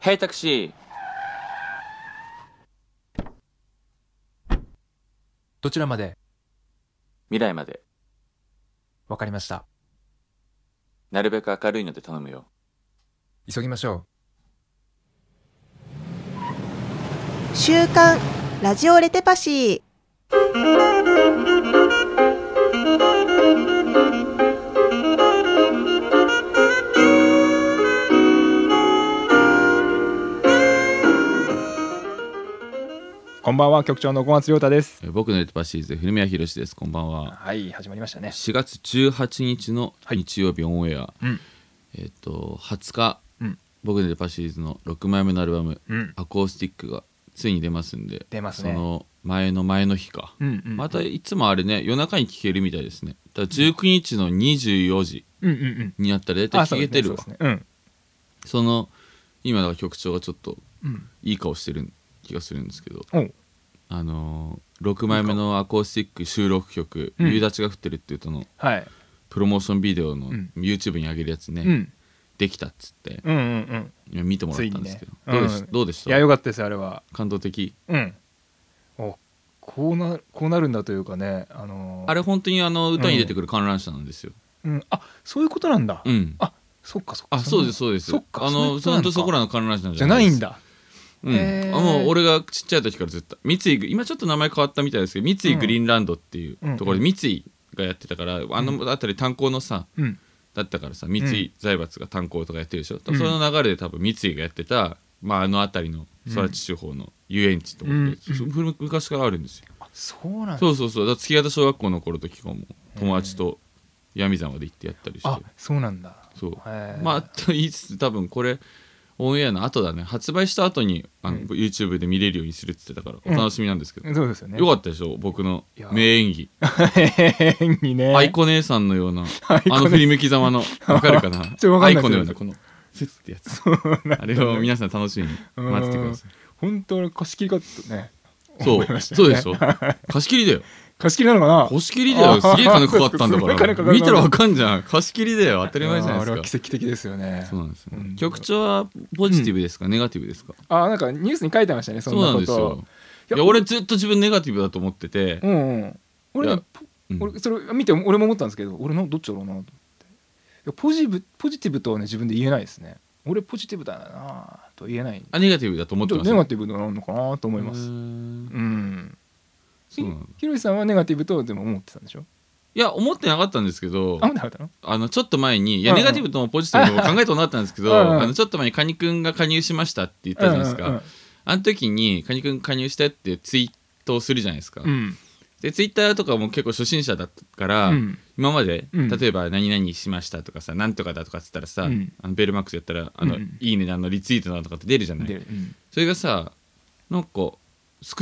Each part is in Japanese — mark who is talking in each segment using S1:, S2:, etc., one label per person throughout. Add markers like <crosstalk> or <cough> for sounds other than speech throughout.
S1: ヘイタクシー
S2: どちらまで
S1: 未来まで
S2: わかりました。
S1: なるべく明るいので頼むよ
S2: 急ぎましょ
S3: 週刊ラジオレテパシー
S4: こんばんは局長の小松亮太です
S5: えー僕のレッドパシーズ古宮宏ですこんばんは
S4: はい始まりましたね
S5: 4月18日の日曜日オンエア、
S4: うん
S5: えっ、と20日、
S4: うん
S5: 僕のレッドパシーズの6枚目のアルバム
S4: うん
S5: アコースティックがついに出ますんで
S4: 出ますね
S5: その前の前の日か、
S4: うんうん
S5: またいつもあれね夜中に聴けるみたいですねだから19日の24時
S4: うんうんうん
S5: になったら大体聴けてるわ
S4: あ
S5: そ,、
S4: そうですねそうですね
S5: の今だから局長がちょっと
S4: うんうん
S5: いい顔してる気がするんですけど
S4: おう
S5: あのー、6枚目のアコースティック収録曲「
S4: うん
S5: 夕立ちが降ってる」っていうとの
S4: はい
S5: プロモーションビデオの
S4: うん
S5: YouTube に上げるやつね、
S4: うん
S5: できたっつって
S4: うんうんうん
S5: いや見てもらったんですけど、
S4: ついにね
S5: どうでし
S4: うん
S5: どうでし
S4: いや
S5: た
S4: 良かったですあれは
S5: 感動的
S4: うんおこうなこうなるんだというかねあのー
S5: あれ本当にあの歌に出てくる観覧車なんですよ、
S4: うんあそういうことなんだ
S5: うん
S4: あそっかそっか
S5: あそうですそうです
S4: そっか
S5: あ
S4: そういう
S5: の
S4: こと
S5: ち
S4: な
S5: ゃ
S4: の
S5: ん
S4: か
S5: とそこらの観覧車
S4: じゃないんだ
S5: うん、
S4: へー
S5: あもう俺がちっちゃい時からずっと三井グ今ちょっと名前変わったみたいですけど三井グリーンランドっていうところで三井がやってたから、あの辺り炭鉱のさ
S4: うん
S5: だったからさ三井財閥が炭鉱とかやってるでしょ、多分
S4: う
S5: そ
S4: ん
S5: の流れで多分三井がやってた、まあ、あの辺りの空知地方の遊園地とかって、
S4: うん
S5: そ古く昔からあるんですよ、
S4: あそうなんだ
S5: そうそうそうだから月形小学校の頃とかも友達と闇山まで行ってやったりして、
S4: あそうなんだ
S5: そう
S4: へー
S5: まあと言いつつ多分これオンエアの後だね発売した後にあの、
S4: うん
S5: YouTube で見れるようにするって言ってたから
S4: う
S5: お
S4: ん
S5: 楽しみなんですけど、
S4: そうですよね
S5: よかったでしょ僕の
S4: いや
S5: 名演技
S4: 変にね
S5: アイコ姉さんのような
S4: アイコ姉
S5: あの振り向きざまのわかるかな
S4: <laughs> ちょっとわか
S5: ア
S4: ん
S5: イ
S4: ないで
S5: コ
S4: す
S5: のようなこのスッってやつあれを皆さん楽しみに待っててください
S4: 本当の貸し切りかとね
S5: そ
S4: 思
S5: う、
S4: いました
S5: そう
S4: よ
S5: で
S4: ね
S5: しょ貸し切りだよ
S4: 貸し切りなのかな
S5: 貸し切りだよすげえ金かかったんだ
S4: あーそうそうすご
S5: か
S4: い金からかる
S5: 見たらわかんじゃん貸し切りだよ当たり前じゃない
S4: あーあれは
S5: です
S4: 奇跡的ですよね
S5: かそうなんですよ、
S4: うん
S5: 局長はポジティブですか、ネガティブですか
S4: あーなんかニュースに書いてましたねそ
S5: そ
S4: ん
S5: う
S4: な
S5: なん
S4: こ
S5: ですよ
S4: と
S5: いや俺ずっと自分ネガティブだと思ってて、
S4: うんうん俺
S5: い
S4: ね
S5: やうん
S4: 俺それ見て俺も思ったんですけど俺のどっちだろうなと思っていやポジブポジティブとはね自分で言えないですね俺ポジティブだなとは言えない
S5: あネガティブだと思って
S4: ちょっ
S5: ま
S4: と
S5: す
S4: ネガ
S5: よ
S4: ティブなのかなと思いま
S5: うー
S4: す
S5: ん
S4: うん
S5: そうなんだ
S4: ひろしさんはネガティブとでも思ってたんでしょ
S5: いや思ってなかったんですけど
S4: あ思ってなかったの
S5: あのちょっと前にいや
S4: うん
S5: ネ
S4: うん
S5: ガティブともポジティブとも考えてもなかったんですけど、
S4: うんうん
S5: あのちょっと前にカニくんが加入しましたって言ったじゃないですか、あの時にカニくん加入してってツイートをするじゃないですか、
S4: うんうん
S5: でツイッターとかも結構初心者だったから、
S4: うん
S5: 今まで、
S4: うん
S5: 例えば「何々しました」とかさ「なんとかだ」とかっつったらさ、
S4: うん
S5: あのベルマックスやったら「あの
S4: うんうん
S5: いいね」あのリツイートだとかって出るじゃ
S4: う
S5: なんい
S4: でうん
S5: それがさなんか少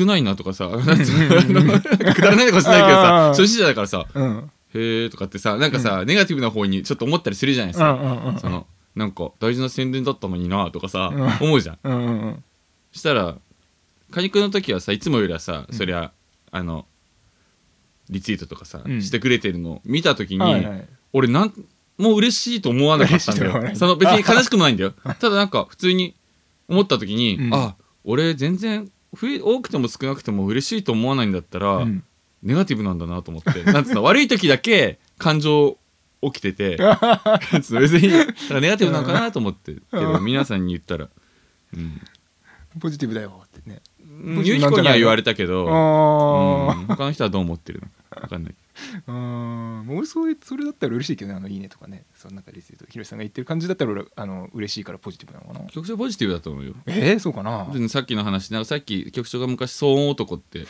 S5: ないなとかさなんつうのあ
S4: <laughs>
S5: のくだらないとかしないけどさ
S4: あー
S5: 初心者だからさ
S4: うんうん
S5: 「へえ」とかってさなんかさ、ネガティブな方にちょっと思ったりするじゃないです
S4: う
S5: か、
S4: んうん
S5: そのなんか大事な宣伝だったのになとかさ、
S4: う
S5: 思うじゃん
S4: うんうんうん
S5: したらカニくんの時はさいつもよりはさ、そりゃあのリツイートとかさ、
S4: うん
S5: してくれてるのを見た時に、
S4: はいはい
S5: 俺なんもう嬉しいと思わなかったんだ
S4: 嬉しいと思わな
S5: よ
S4: い
S5: その別に悲しくもない
S4: <laughs>
S5: んだよただなんか普通に思った時に、
S4: うん
S5: あ俺全然増え多くても少なくても嬉しいと思わないんだったら、
S4: うん <laughs>
S5: ネガティブなんだなと思ってなんつうの悪い時だけ感情起きて
S4: <laughs>
S5: て <laughs> なんつうの別にだからネガティブなのかなと思ってけど皆さんに言ったら、うん、
S4: ポジティブだよってね
S5: うんゆきこには言われたけど、うん
S4: あ
S5: 他の人はどう思ってるのか分かんない
S4: あうん俺それそれだったら嬉しいけどねあのいいねとかねそのなんかリツイートひろしさんが言ってる感じだったら俺あの嬉しいからポジティブなのかな
S5: 局長ポジティブだと思うよ
S4: えー、そうかな
S5: でさっきの話なんかさっき局長が昔「騒音男」って
S4: <laughs>
S5: い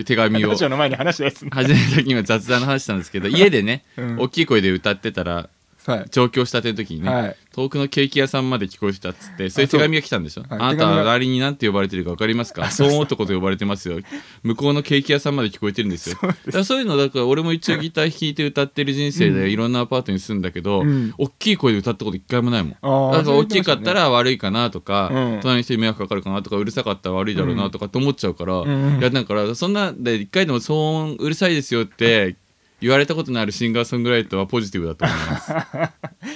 S5: う手紙を
S4: ラジ
S5: 始
S4: オの前に話したやつね
S5: めた時には雑談の話したんですけど家でね、
S4: うん
S5: 大きい声で歌ってたら
S4: はい
S5: 上京したての時にね、
S4: はい
S5: 遠くのケーキ屋さんまで聞こえてたっつってそういう手紙が来たんでしょ
S4: そう
S5: あ,、
S4: はい
S5: なた
S4: 手
S5: は
S4: 紙が
S5: 周りに何て呼ばれてるか分かりますか騒音男と呼ばれてますよ向こうのケーキ屋さんまで聞こえてるん
S4: <laughs>
S5: ですよだからそういうのだから俺も一応ギター弾いて歌ってる人生でいろんなアパートに住んだけど、
S4: うん
S5: 大きい声で歌ったこと一回もないもん
S4: あー
S5: だから大きかったら悪いかなとか、
S4: うん
S5: 隣の人に迷惑かかるかなとかうるさかったら悪いだろうなとかって思っちゃうから、
S4: ん
S5: いやだからそんなで一回でも騒音うるさいですよって言われたことのあるシンガーソングライターはポジティブだと思います。
S4: い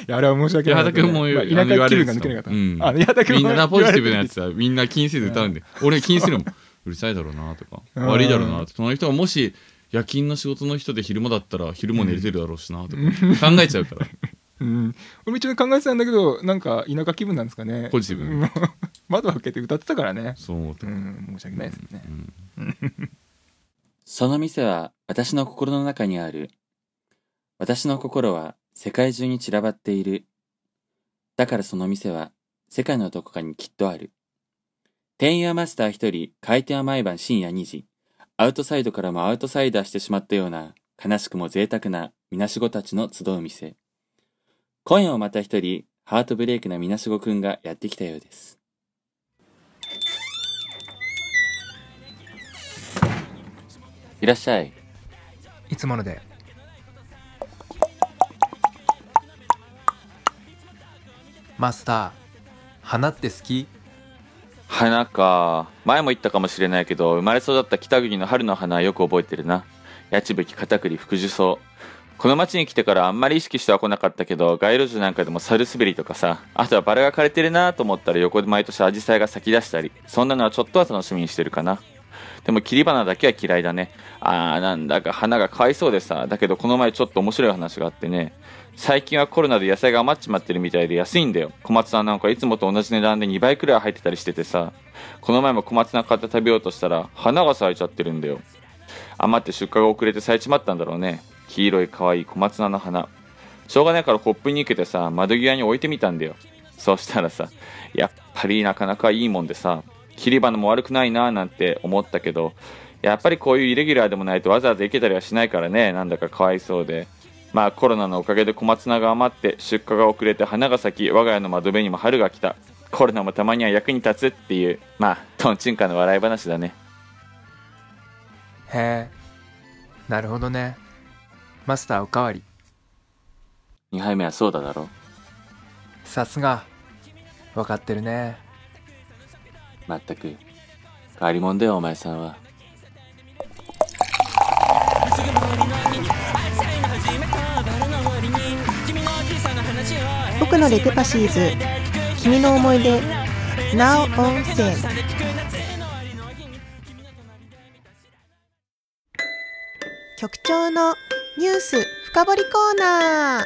S4: やあれは申し訳ない
S5: 八畑
S4: けど
S5: 君
S4: ね、
S5: も、
S4: まあ
S5: あの言わ
S4: 田舎気
S5: れる
S4: 分
S5: んです
S4: が抜けな
S5: よ
S4: かった。
S5: うん
S4: あ八畑君
S5: みん
S4: も
S5: ななポジティブなや
S4: 言われて
S5: つ <laughs> はみんな気にせず歌うんで、俺気にするもん。うるさいだろうなとか、
S4: うん
S5: 悪いだろうなとか、その人がもし夜勤の仕事の人で昼間だったら昼も寝てるだろうしなとか、考えちゃうから。
S4: るうん、俺も一応考えてたんだけどなんか田舎気分なんですかね
S5: ポジティブ
S4: うん <laughs> 窓開けて歌ってたからね
S5: そう思うと
S4: う。ん申し訳ないですね
S5: うん
S1: その店は私の心の中にある。私の心は世界中に散らばっている。だからその店は世界のどこかにきっとある。店員はマスター一人、開店は毎晩深夜2時。アウトサイドからもアウトサイダーしてしまったような、悲しくも贅沢なみなしごたちの集う店。今夜もまた一人、ハートブレイクなみなしごくんがやってきたようです。いらっしゃい。
S2: いつものでマスター花って好き
S1: 花か前も言ったかもしれないけど生まれ育った北国の春の花はよく覚えてるな八千吹片栗福寿草この町に来てからあんまり意識しては来なかったけど街路樹なんかでもサルスベリとかさあとはバラが枯れてるなと思ったら横で毎年アジサイが咲き出したりそんなのはちょっとは楽しみにしてるかなでも切り花だけは嫌いだねあーなんだか花がかわいそうでさだけどこの前ちょっと面白い話があってね最近はコロナで野菜が余っちまってるみたいで安いんだよ小松菜なんかいつもと同じ値段で2倍くらい入ってたりしててさこの前も小松菜買って食べようとしたら花が咲いちゃってるんだよ余って出荷が遅れて咲いちまったんだろうね黄色い可愛い小松菜の花しょうがないからコップに生けてさ窓際に置いてみたんだよそうしたらさやっぱりなかなかいいもんでさ切り花も悪くないなーなんて思ったけどやっぱりこういうイレギュラーでもないとわざわざ生けたりはしないからねなんだかかわいそうでまあコロナのおかげで小松菜が余って出荷が遅れて花が咲き我が家の窓辺にも春が来たコロナもたまには役に立つっていうまあとんちんかの笑い話だね
S2: へえなるほどねマスターおかわり
S1: 2杯目はそうだだろ
S2: さすが分かってるね
S1: まったく変わり者だよお前さんは
S3: 僕のレテパシーズ君の思い出 Now on s 局長のニュース深掘りコーナー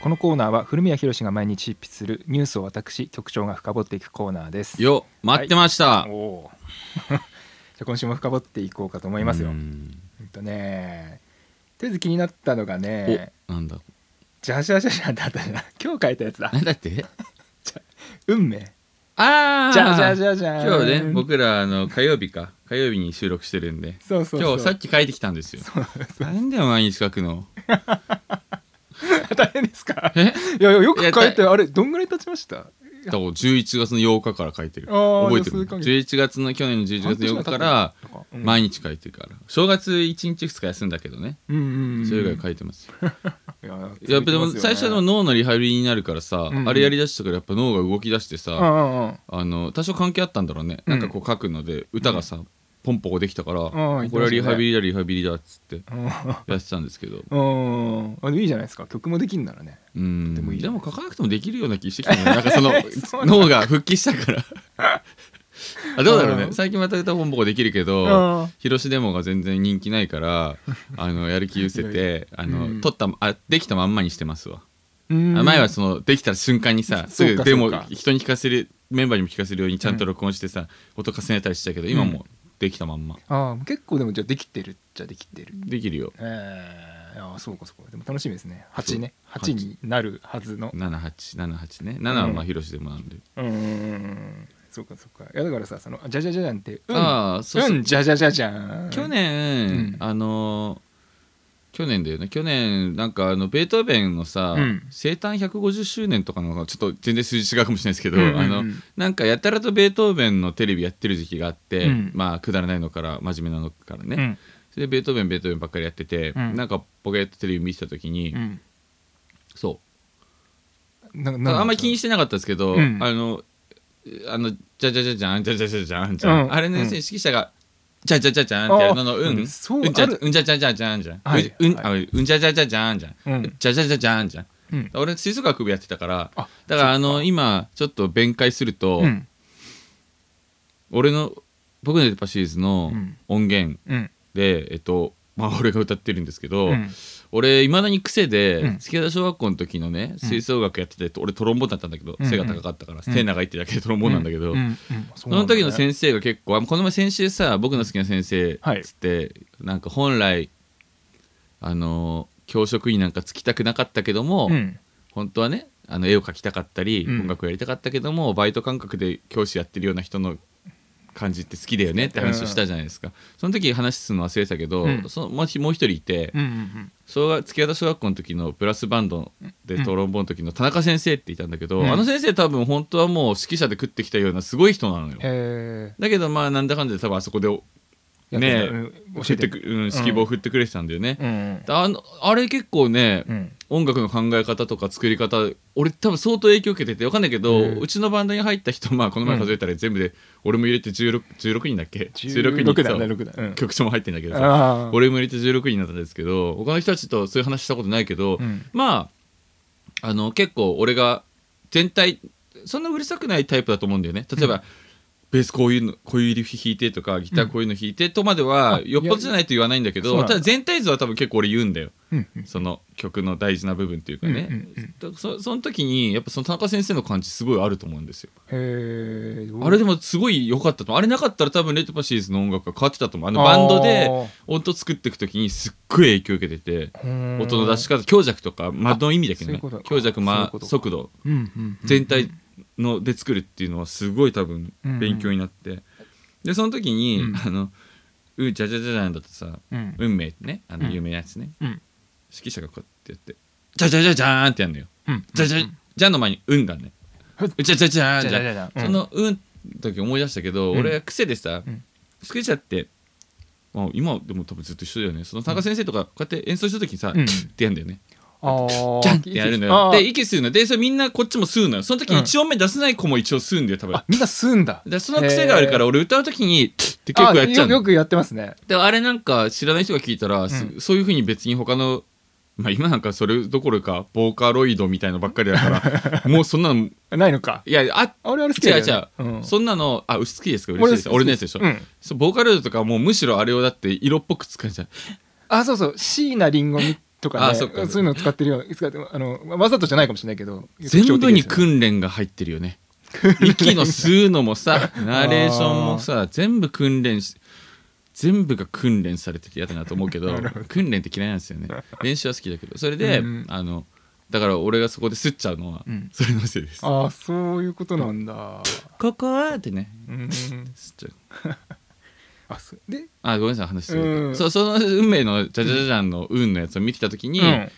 S4: このコーナーは古宮宏が毎日執筆するニュースを私局長が深掘っていくコーナーです
S5: よ待ってました、
S4: おおじゃあ今週も深掘っていこうかと思いますよ、
S5: う
S4: うん
S5: ん
S4: とねとりあえず気になったのがね
S5: おなんだ
S4: ジャシャシャシャってあったじゃん <laughs> 今日書いたやつだ
S5: なんだって
S4: 運命
S5: ああ
S4: じ <laughs> ゃあじゃあじゃあじゃあ
S5: 今日ね僕らあの火曜日か火曜日に収録してるんで
S4: そうそうそう
S5: 今日さっき帰ってきたんですよなんだよ毎日書くの
S4: 大変ですか
S5: え
S4: いやいやよく
S5: いや
S4: 書いてあれどんぐらい経ちました
S5: だから11月の8日から書いてる
S4: あー
S5: 覚えて
S4: じゃあ
S5: る
S4: 数ヶ月
S5: 11月の去年の11月の8日から毎日書いてるから正月1日2日休んだけどね
S4: うんうんうん
S5: それ以外書いてますよ
S4: いや
S5: いやでも最初はでも脳のリハビリになるからさ
S4: うん
S5: あれやりだしたからやっぱ脳が動き出して
S4: うんう
S5: さ
S4: んうん
S5: あの多少関係あったんだろうね
S4: う
S5: な
S4: ん
S5: んかこう書くので歌がさポンポコできたからこ
S4: 言ってましたね
S5: れはリハビリだリハビリだっつって
S4: うん
S5: やってたんですけど
S4: うんあでもいいじゃないですか曲もできるならね
S5: うん
S4: でもいい
S5: でも書かなくてもできるような気してきたねなんか
S4: <laughs>
S5: その脳が復帰したからあどうだろうね、
S4: うん
S5: 最近また歌ボンボコできるけど
S4: あ
S5: 広しデモが全然人気ない
S4: <laughs>
S5: からあのやる気失せてあの、
S4: うん
S5: 撮ったあできたまんまにしてますわ、
S4: ー
S5: あ前はそのできた瞬間にさす
S4: そう
S5: ぐ
S4: か
S5: デモ
S4: そうか
S5: 人に聞かせるメンバーにも聞かせるようにちゃんと録音してさ、音重ねたりしてたけど今もうできたまんま
S4: あー結構でもじゃあできてるっちゃできてる
S5: できるよ
S4: えー、あーそうかそうかでも楽しみですね8ね8になるはずの
S5: 7878ね7はま
S4: う
S5: あ
S4: ん
S5: 広しデモなんで、
S4: うんうんうんうんそうかそうかいやだからさそのじゃじゃじゃじゃんってうん
S5: ああそうそう、
S4: うんじゃじゃじゃじゃん
S5: 去年、
S4: うん
S5: あのー去年だよね去年なんかあのベートーベンのさ、
S4: うん
S5: 生誕150周年とかのちょっと全然数字違うかもしれないですけど、
S4: うんうんうん
S5: あのなんかやたらとベートーベンのテレビやってる時期があって、
S4: うん
S5: まあくだらないのから真面目なのからね、
S4: うん
S5: それでベートーベンベートーベンばっかりやってて、
S4: うん
S5: なんかポケットテレビ見てた時に、
S4: うん
S5: そう
S4: な
S5: あんまり気に
S4: り
S5: してなかったですけど、
S4: うん
S5: あのあのじゃじゃじゃじゃんじゃじゃじゃじゃんじゃん、
S4: うん
S5: あれの要するに指揮者が、じゃじゃじゃじゃんってやるののうん
S4: うんそう
S5: うんじゃ
S4: ある
S5: うんじゃじゃじゃじゃんじゃん、
S4: はい
S5: うん、
S4: は
S5: あうんじゃじゃじゃじゃんじゃん、
S4: うん
S5: じゃじゃじゃじゃんじゃん、
S4: うん
S5: 俺吹奏楽部やってたから
S4: あ
S5: だからあの今ちょっと弁解すると、
S4: うん
S5: 俺の僕のデパシリーズの
S4: うん
S5: 音源
S4: うん
S5: で、えっとまあ俺が歌ってるんですけど、
S4: うん
S5: 俺いまだに癖で、
S4: うん
S5: 月田小学校の時のね吹奏楽やってて俺トロンボーンだったんだけど、
S4: うん
S5: 背が高かったから、
S4: うん
S5: 手長いってだけでトロンボーンなんだけど、
S4: ううん
S5: そ
S4: そうな
S5: の
S4: んだ
S5: 時
S4: ね
S5: の先生が結構あこの前先週さ僕の好きな先生っ
S4: はい
S5: つって、なんか本来あの教職員なんかつきたくなかったけども、
S4: うん
S5: 本当はねあの絵を描きたかったり、
S4: うん
S5: 音楽をやりたかったけどもバイト感覚で教師やってるような人の感じって好きだよねって話をしたじゃないですか、その時話するの忘れてたけど、
S4: うん
S5: そのもう一もう一人いて、
S4: うんうん
S5: 小学月形小学校の時のブラスバンドでトロンボーンの時の田中先生っていたんだけど、
S4: うん
S5: あの先生多分本当はもう指揮者で食ってきたようなすごい人なのよ。
S4: へ
S5: だけどまあなんだかんだで多分あそこでお
S4: え
S5: ねえ
S4: 教
S5: 振
S4: え
S5: って
S4: て
S5: く、うん、指揮棒振ってくれてたんだよね。
S4: うん
S5: あのあれ結構ね、
S4: うん
S5: 音楽の考え方とか作り方俺多分相当影響受けててわかんないけど、
S4: うん
S5: うちのバンドに入った人まあこの前数えたら全部で、俺も入れて 16, 16人だっけ
S4: 16だ
S5: そう
S4: 16だうん
S5: 局長も入ってんだけどさ
S4: あー
S5: 俺も入れて16人だったんですけど他の人たちとそういう話したことないけど、
S4: うん
S5: まああの結構俺が全体そんなうるさくないタイプだと思うんだよね例えば、ベースこういうのこういうリフ弾いてとかギターこういうの弾いてとまでは、よっぽどじゃないと言わないんだけ
S4: いや
S5: ど
S4: そうなん
S5: た
S4: だ
S5: だ全体像は多分結構俺言うんだよ
S4: うんうん
S5: その曲の大事な部分っていうかね、
S4: うんうん
S5: だそその時にやっぱその田中先生の感じすごいあると思うんですよ、
S4: へえ
S5: あれでもすごい良かったと思うあれなかったら多分レッドパシーズの音楽が変わってたと思うあのバンドで音作っていく時にすっごい影響受けてて音
S4: 音
S5: の出し方強弱とか間の意味だけど
S4: そうい
S5: ね
S4: うことか
S5: 強弱
S4: そういう
S5: 間
S4: ことか
S5: 速度
S4: うんうんうん
S5: 全体ので作るっていうのはすごい多分
S4: うんうん
S5: 勉強になって、でその時に、
S4: うん
S5: あのうじゃじゃじゃじゃんだとさ
S4: うん
S5: 運命ってねあの
S4: うん
S5: 有名なやつね、
S4: うん
S5: 指揮者がこうやってやってじゃじゃじゃじゃーんってやるのよ
S4: うん
S5: じゃじゃじゃんの前に運がね
S4: ふっ
S5: じゃじゃじゃーん
S4: じ
S5: じ
S4: ゃじゃじ
S5: ゃ
S4: ゃじゃ
S5: んその運の時思い出したけど、
S4: うん
S5: 俺は癖でさ
S4: うん
S5: 指揮者ってまあ今でも多分ずっと一緒だよねその田中先生とかこうやって演奏した時にさ、
S4: うん
S5: ってやるんだよね
S4: じ
S5: じゃんってやるのよで息吸うのでそれみんなこっちも吸うのよその時に1音目出せない子も一応吸うんだよ多分、
S4: あみんな吸うんだ
S5: でその癖があるから俺歌う時に「って結構やっちゃう
S4: あよ
S5: の
S4: よくやってますね
S5: であれなんか知らない人が聞いたら、すそういうふうに別に他のまあ今なんかそれどころかボーカロイドみたいのばっかりだ <laughs> からもうそんなのい
S4: ないのか
S5: やあ
S4: あ俺あれ好き
S5: 違
S4: だ
S5: う
S4: よ、
S5: 違う
S4: ね、、うん
S5: そんなのあ薄好きですか嬉しいです俺のやつでしょ、
S4: うん、
S5: そうボーカロイドとかもうむしろあれをだって色っぽく使うじゃん
S4: あそうそう椎名林檎とかね
S5: あそっか
S4: そういうの使ってるような使ってあのわざとじゃないかもしれないけど
S5: 全部に
S4: くん
S5: 訓練が入ってるよ
S4: <laughs>
S5: ね息の吸うのもさナレーションもさ全部訓練し全部が訓練されてて嫌だなと思うけ
S4: <laughs>
S5: ど訓練って嫌いなんですよね練習は好きだけどそれで、
S4: うん
S5: あのだから俺がそこで吸っちゃうのは、
S4: うん
S5: それのせいです
S4: ああそういうことなんだ
S5: ここはってね
S4: うん
S5: 吸っちゃう
S4: あそうで
S5: あごめんなさい話する、
S4: うん
S5: そうその運命のジャジャジャジャンの運のやつを見てた時に、
S4: うん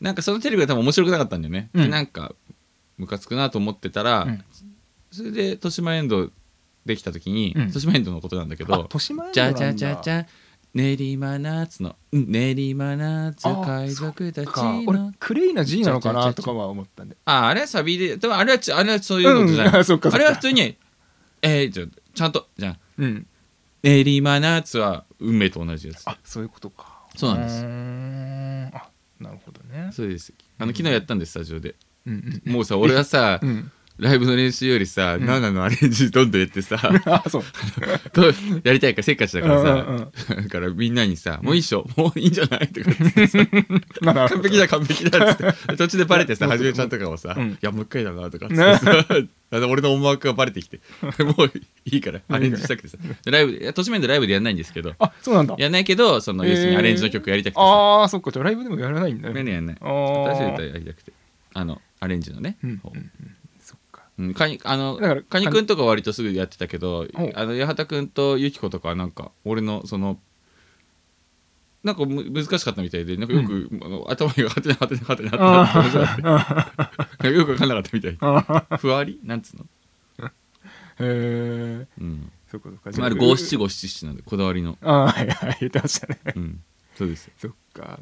S5: なんかそのテレビが多分面白くなかったんだよね、
S4: うん
S5: でなんかムカつくなと思ってたら、
S4: うん
S5: それで豊島エンドできた時に、
S4: うん
S5: 豊島エンドのことなんだけ
S4: あ
S5: ど
S4: 豊島園
S5: 「じゃ
S4: なんだ
S5: じゃじゃじゃ練馬ナーツのうん練馬ナーツ
S4: あ
S5: 海賊たち
S4: か
S5: の
S4: 俺クレイな G なのかなとかは思ったんで
S5: ああれはサビででもあれはちあれはそういうことじゃない、
S4: うんあそっかそ
S5: あ
S4: っか
S5: れは普通に「えー、じゃちゃんとじゃあ
S4: うん
S5: 練馬ナーツは運命と同じやつ
S4: あそういうことか
S5: そうなんです
S4: ーんあなるほどね
S5: そうですあの昨日やったんですスタジオで
S4: うん
S5: もうさ俺はさ、
S4: うんうん
S5: ライブの練習よりさ、
S4: ん
S5: ナナのアレンジどんどんやってさ
S4: <laughs> あそう
S5: どうやりたいからせっかちだから
S4: うんうん
S5: さだからみんなにさ「もういいっしょもういいんじゃない?」とか言ってさ
S4: なるほど
S5: 完璧だ完璧だ」っつ
S4: <laughs>
S5: って途中でバレてさはじめちゃんとかもさ「
S4: うん
S5: いやもう一回だな」とかっつってさ <laughs> あの俺の思惑がバレてき
S4: <laughs>
S5: て「もういいからアレンジしたくてさライブでいや年面でライブでやんないんですけど
S4: あそうなんだ
S5: やんないけどその
S4: へー
S5: 要するにアレンジの曲やりたくてさ
S4: ああそっかじゃあライブでもやらないんだ
S5: やんない
S4: ね
S5: やんない
S4: あー
S5: 大丈夫だよやりたくてあのアレンジのね
S4: うん
S5: 方
S4: そっか
S5: うん、カニあの
S4: だから
S5: カニくんとか割とすぐやってたけど
S4: ほう
S5: あの八幡くんとユキコとかはなんか俺のそのなんかむ難しかったみたいでなんかよく、あの頭がはてなはてなはてなってなって面白
S4: <laughs>
S5: かったよく分かんなかったみたいふわりなんつうの、
S4: へえ
S5: うん、
S4: そっかそっか
S5: つまり五七五七七なんでこだわりの、
S4: ああはいはい言ってましたね <laughs>
S5: うん、そうです
S4: そっか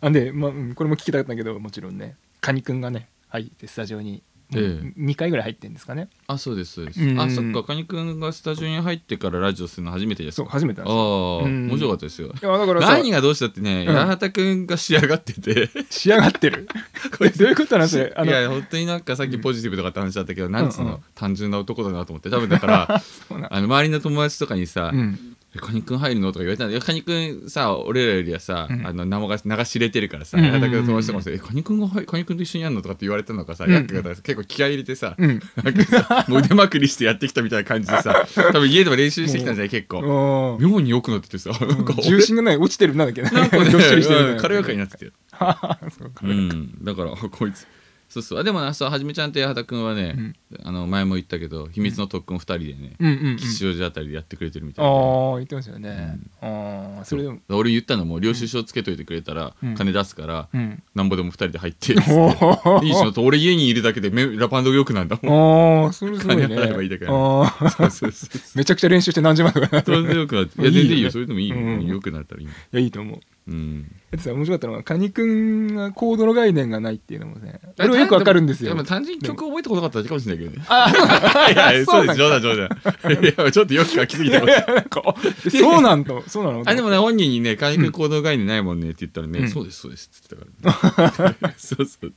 S4: あで、まあうん、これも聞きたかったんだけどもちろんねカニくんがね入ってスタジオに
S5: ええ
S4: 2回ぐらい入ってるんですかね
S5: あそうですそうです、
S4: うん
S5: あそっかカニ君がスタジオに入ってからラジオするの初めてです
S4: そう初めてな
S5: あ
S4: んですよ
S5: あ、
S4: うん
S5: 面白かったですよ
S4: いやだからさ
S5: 何がどうしたってね、
S4: うん
S5: 八幡君が仕上がってて <laughs>
S4: 仕上がってるこれ <laughs> どういうことなんそれあ
S5: い
S4: の
S5: や本当になんかさっきポジティブとかって話だったけど、なんつうの、
S4: うんうん
S5: 単純な男だなと思って多分だから
S4: <laughs> うなん
S5: あの周りの友達とかにさ「
S4: うん
S5: えカニ君入るの?」とか言われたんだけどカニ君さ俺らよりはさ、
S4: うん
S5: あの名が名が知れてるからさ
S4: うんうんうん
S5: 八幡君の友達とかもさ「えカニ君が入カニ君と一緒にやるの?」とかって言われたのかさ、
S4: うんうん
S5: やっけど結構気合い入れてさ、
S4: うん
S5: なんかさもう腕まくりしてやってきたみたいな感じで
S4: <laughs>
S5: さ多分家でも練習してきたんじゃない結構
S4: おー
S5: 妙に良くなっててさなんか
S4: 重心がない落ちてるなんだっけ
S5: なんかね、
S4: <laughs> どっしりしてる
S5: うん軽やかになってて
S4: <laughs> あーそうか
S5: うん、だからあこいつそうそうあでもなそうはじめちゃんと八幡君はね、
S4: うん
S5: あの前も言ったけど秘密の特訓2人でね、
S4: うんうんうん
S5: 吉祥寺あたりでやってくれてるみたいな
S4: ああ言ってましたよねああそれでも
S5: 俺言ったのも領収書つけといてくれたら、
S4: うん
S5: 金出すから、
S4: うん
S5: なんぼでも2人で入って、
S4: <laughs> おー
S5: いいしなと俺家にいるだけでめラパンド良くなんだもん
S4: ああそれすごいね
S5: 金払えばいいだからね
S4: あー
S5: そうそうそう
S4: めちゃくちゃ練習して何時までかなと
S5: そ
S4: い
S5: れで良くなっていや
S4: <laughs> いいよね
S5: 全然いいよそれでもいいよ、
S4: うん
S5: 良くなったらいいよ
S4: やいいと思う
S5: うん
S4: だってさ面白かったのはカニくんがコードの概念がないっていうのもね俺はよくわかるんですよ
S5: でも単純に曲覚えてこなかっただけかもしれないけどね
S4: あ
S5: いやいや
S4: そ
S5: そう
S4: う
S5: で
S4: な
S5: す
S4: んだ
S5: 冗談冗談いやちょっとよく書きすぎてました
S4: <laughs> なんかあそうなんとそうなの
S5: あでもね本人にね「簡易行動概念ないもんね」って言ったらね「
S4: うん
S5: そうですそうです」って言ってたから、ね、 <laughs> そうそうっつって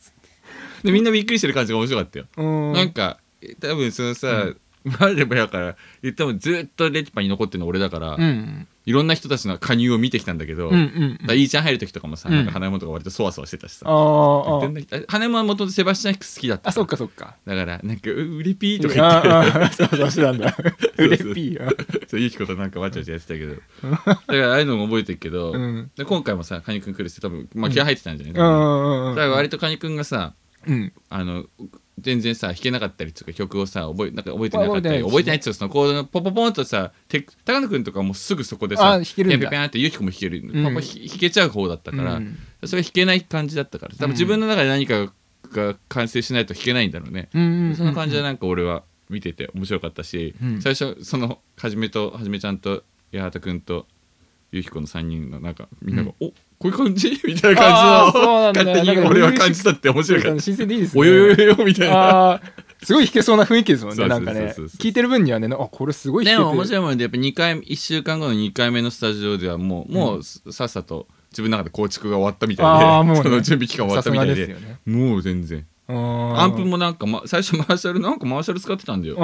S5: でみんなびっくりしてる感じが面白かったよ、
S4: うん
S5: なんかえ多分そのさ、マレバやから言ってもずっとレキパに残ってるの俺だから、
S4: うん
S5: いろんな人たちの加入を見てきたんだけど、
S4: うんう
S5: だ
S4: ん
S5: からいいちゃん入る時とかもさ、
S4: うん
S5: なんか花山とか割とそわそわしてたしさ、
S4: あ
S5: 全
S4: あ
S5: 然あ花山はもともとセバスチャン・ヒクス好きだった
S4: あそっかそっか
S5: だからなんか「ううりぴー」とか言って
S4: ああそうそうしてたんだうれぴーや
S5: そうゆきことなんかわちゃわちゃやってたけどだからああいうのも覚えてるけど、
S4: うん
S5: で今回もさカニくん来るって多分、まあ、気合入ってたんじゃない、
S4: う
S5: だか
S4: んうん
S5: ら割とカニくんがさ
S4: うん
S5: あの全然さ弾けなかったりとか曲をさ覚えなんか覚えてなかったり
S4: 覚
S5: 覚
S4: え
S5: えて
S4: てな
S5: ないいっつうのそのコードのポポポンとさて高野くんとかもうすぐそこで
S4: あ
S5: さ
S4: 弾けるんだ
S5: ピャンピャンピャンってゆきこも弾ける、
S4: ん
S5: パパひ弾けちゃう方だったから、
S4: うん
S5: それ弾けない感じだったから多分自分の中で何かが完成しないと弾けないんだろうね、
S4: うんうん
S5: その感じはなんか俺は見てて面白かったし、
S4: うん
S5: 最初そのはじめとはじめちゃんと八幡くんとゆきこの3人のなんかみんなが「おこういう感じ?」 <laughs> みたいな感
S4: あー
S5: じ
S4: そう
S5: の
S4: なんだ
S5: 勝手に俺は感じたって面白かった。
S4: 新鮮でいいですね
S5: およよよよみたいな。
S4: あーすごい弾けそうな雰囲気ですもん
S5: そ
S4: ね
S5: う
S4: な
S5: そ
S4: ん
S5: うそうそ
S4: か
S5: う
S4: ね聞いてる分にはねあこれすごい弾
S5: で
S4: けて
S5: も面白いもんでやっぱ2回1週間後の2回目のスタジオではもう,、もうさっさと自分の中で構築が終わったみたいで
S4: あーもうね
S5: その準備期間終わったみたいで
S4: さすがですよね
S5: もう全然
S4: ア
S5: アンプもなんか、ま、最初マーシャルなんかマーシャル使ってたんだよ
S4: うん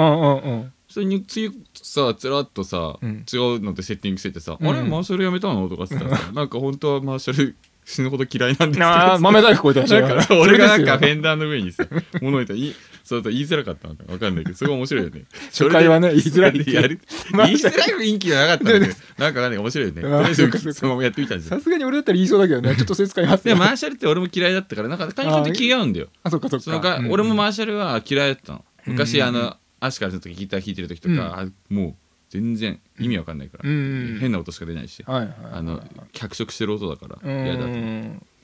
S4: うんうん
S5: それに次さつらっとさ、
S4: うん
S5: 違うのでセッティングしててさ「
S4: うん
S5: あれマーシャルやめたの?」とか
S4: <laughs>
S5: って言ったらさなんか本当はマーシャル死ぬほど嫌いなんですけど <laughs>
S4: あー豆大福超えてました
S5: なんか俺がなんかフ
S4: 変
S5: ェンダーの上にさ物置いたらいいそうと言いづらかったのかわかんないけどそこ面白いよね
S4: <laughs> 初回はね言いづらいっ
S5: そ
S4: て
S5: れでやる言いづらい雰囲気じゃなかったんだけどなんかわかんない面白いよね
S4: あ
S5: と
S4: ー
S5: りあえ
S4: そうかそう
S5: ず
S4: か
S5: <laughs> そのままやってみたんです
S4: さ
S5: よ
S4: すがに俺だったら言いそうだけどねちょっとそれ使います
S5: で
S4: よ
S5: もマーシャルって俺も嫌いだったからなんか谷君と気が合うんだよ
S4: あそっかそっか
S5: そのか、
S4: うん
S5: 俺もマーシャルは嫌いだったの昔、
S4: うん
S5: あのアシカルの時ギター弾いてる時とか、あもう全然意味わかんないから、
S4: うん
S5: 変な音しか出ないし、
S4: はいはい
S5: あの脚色してる音だから
S4: うん
S5: 嫌だと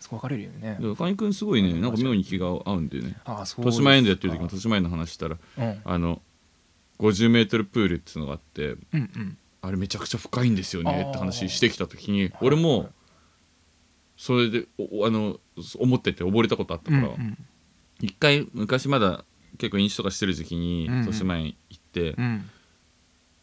S4: そう分かれるよね
S5: でもカニ君すごいねなんか妙に気が合うんだよね
S4: あそう
S5: 豊島園でやってる時も豊島園の話したら
S4: うんうん
S5: あの 50m プールっていうのがあって
S4: うん
S5: あれめちゃくちゃ深いんですよねって
S4: あー
S5: 話してきた時に俺もそれでおおあの思ってて溺れたことあった
S4: う
S5: から、
S4: んうん
S5: 一回昔まだ結構飲酒とかしてる時期に
S4: うんうん
S5: 豊島園行って
S4: うん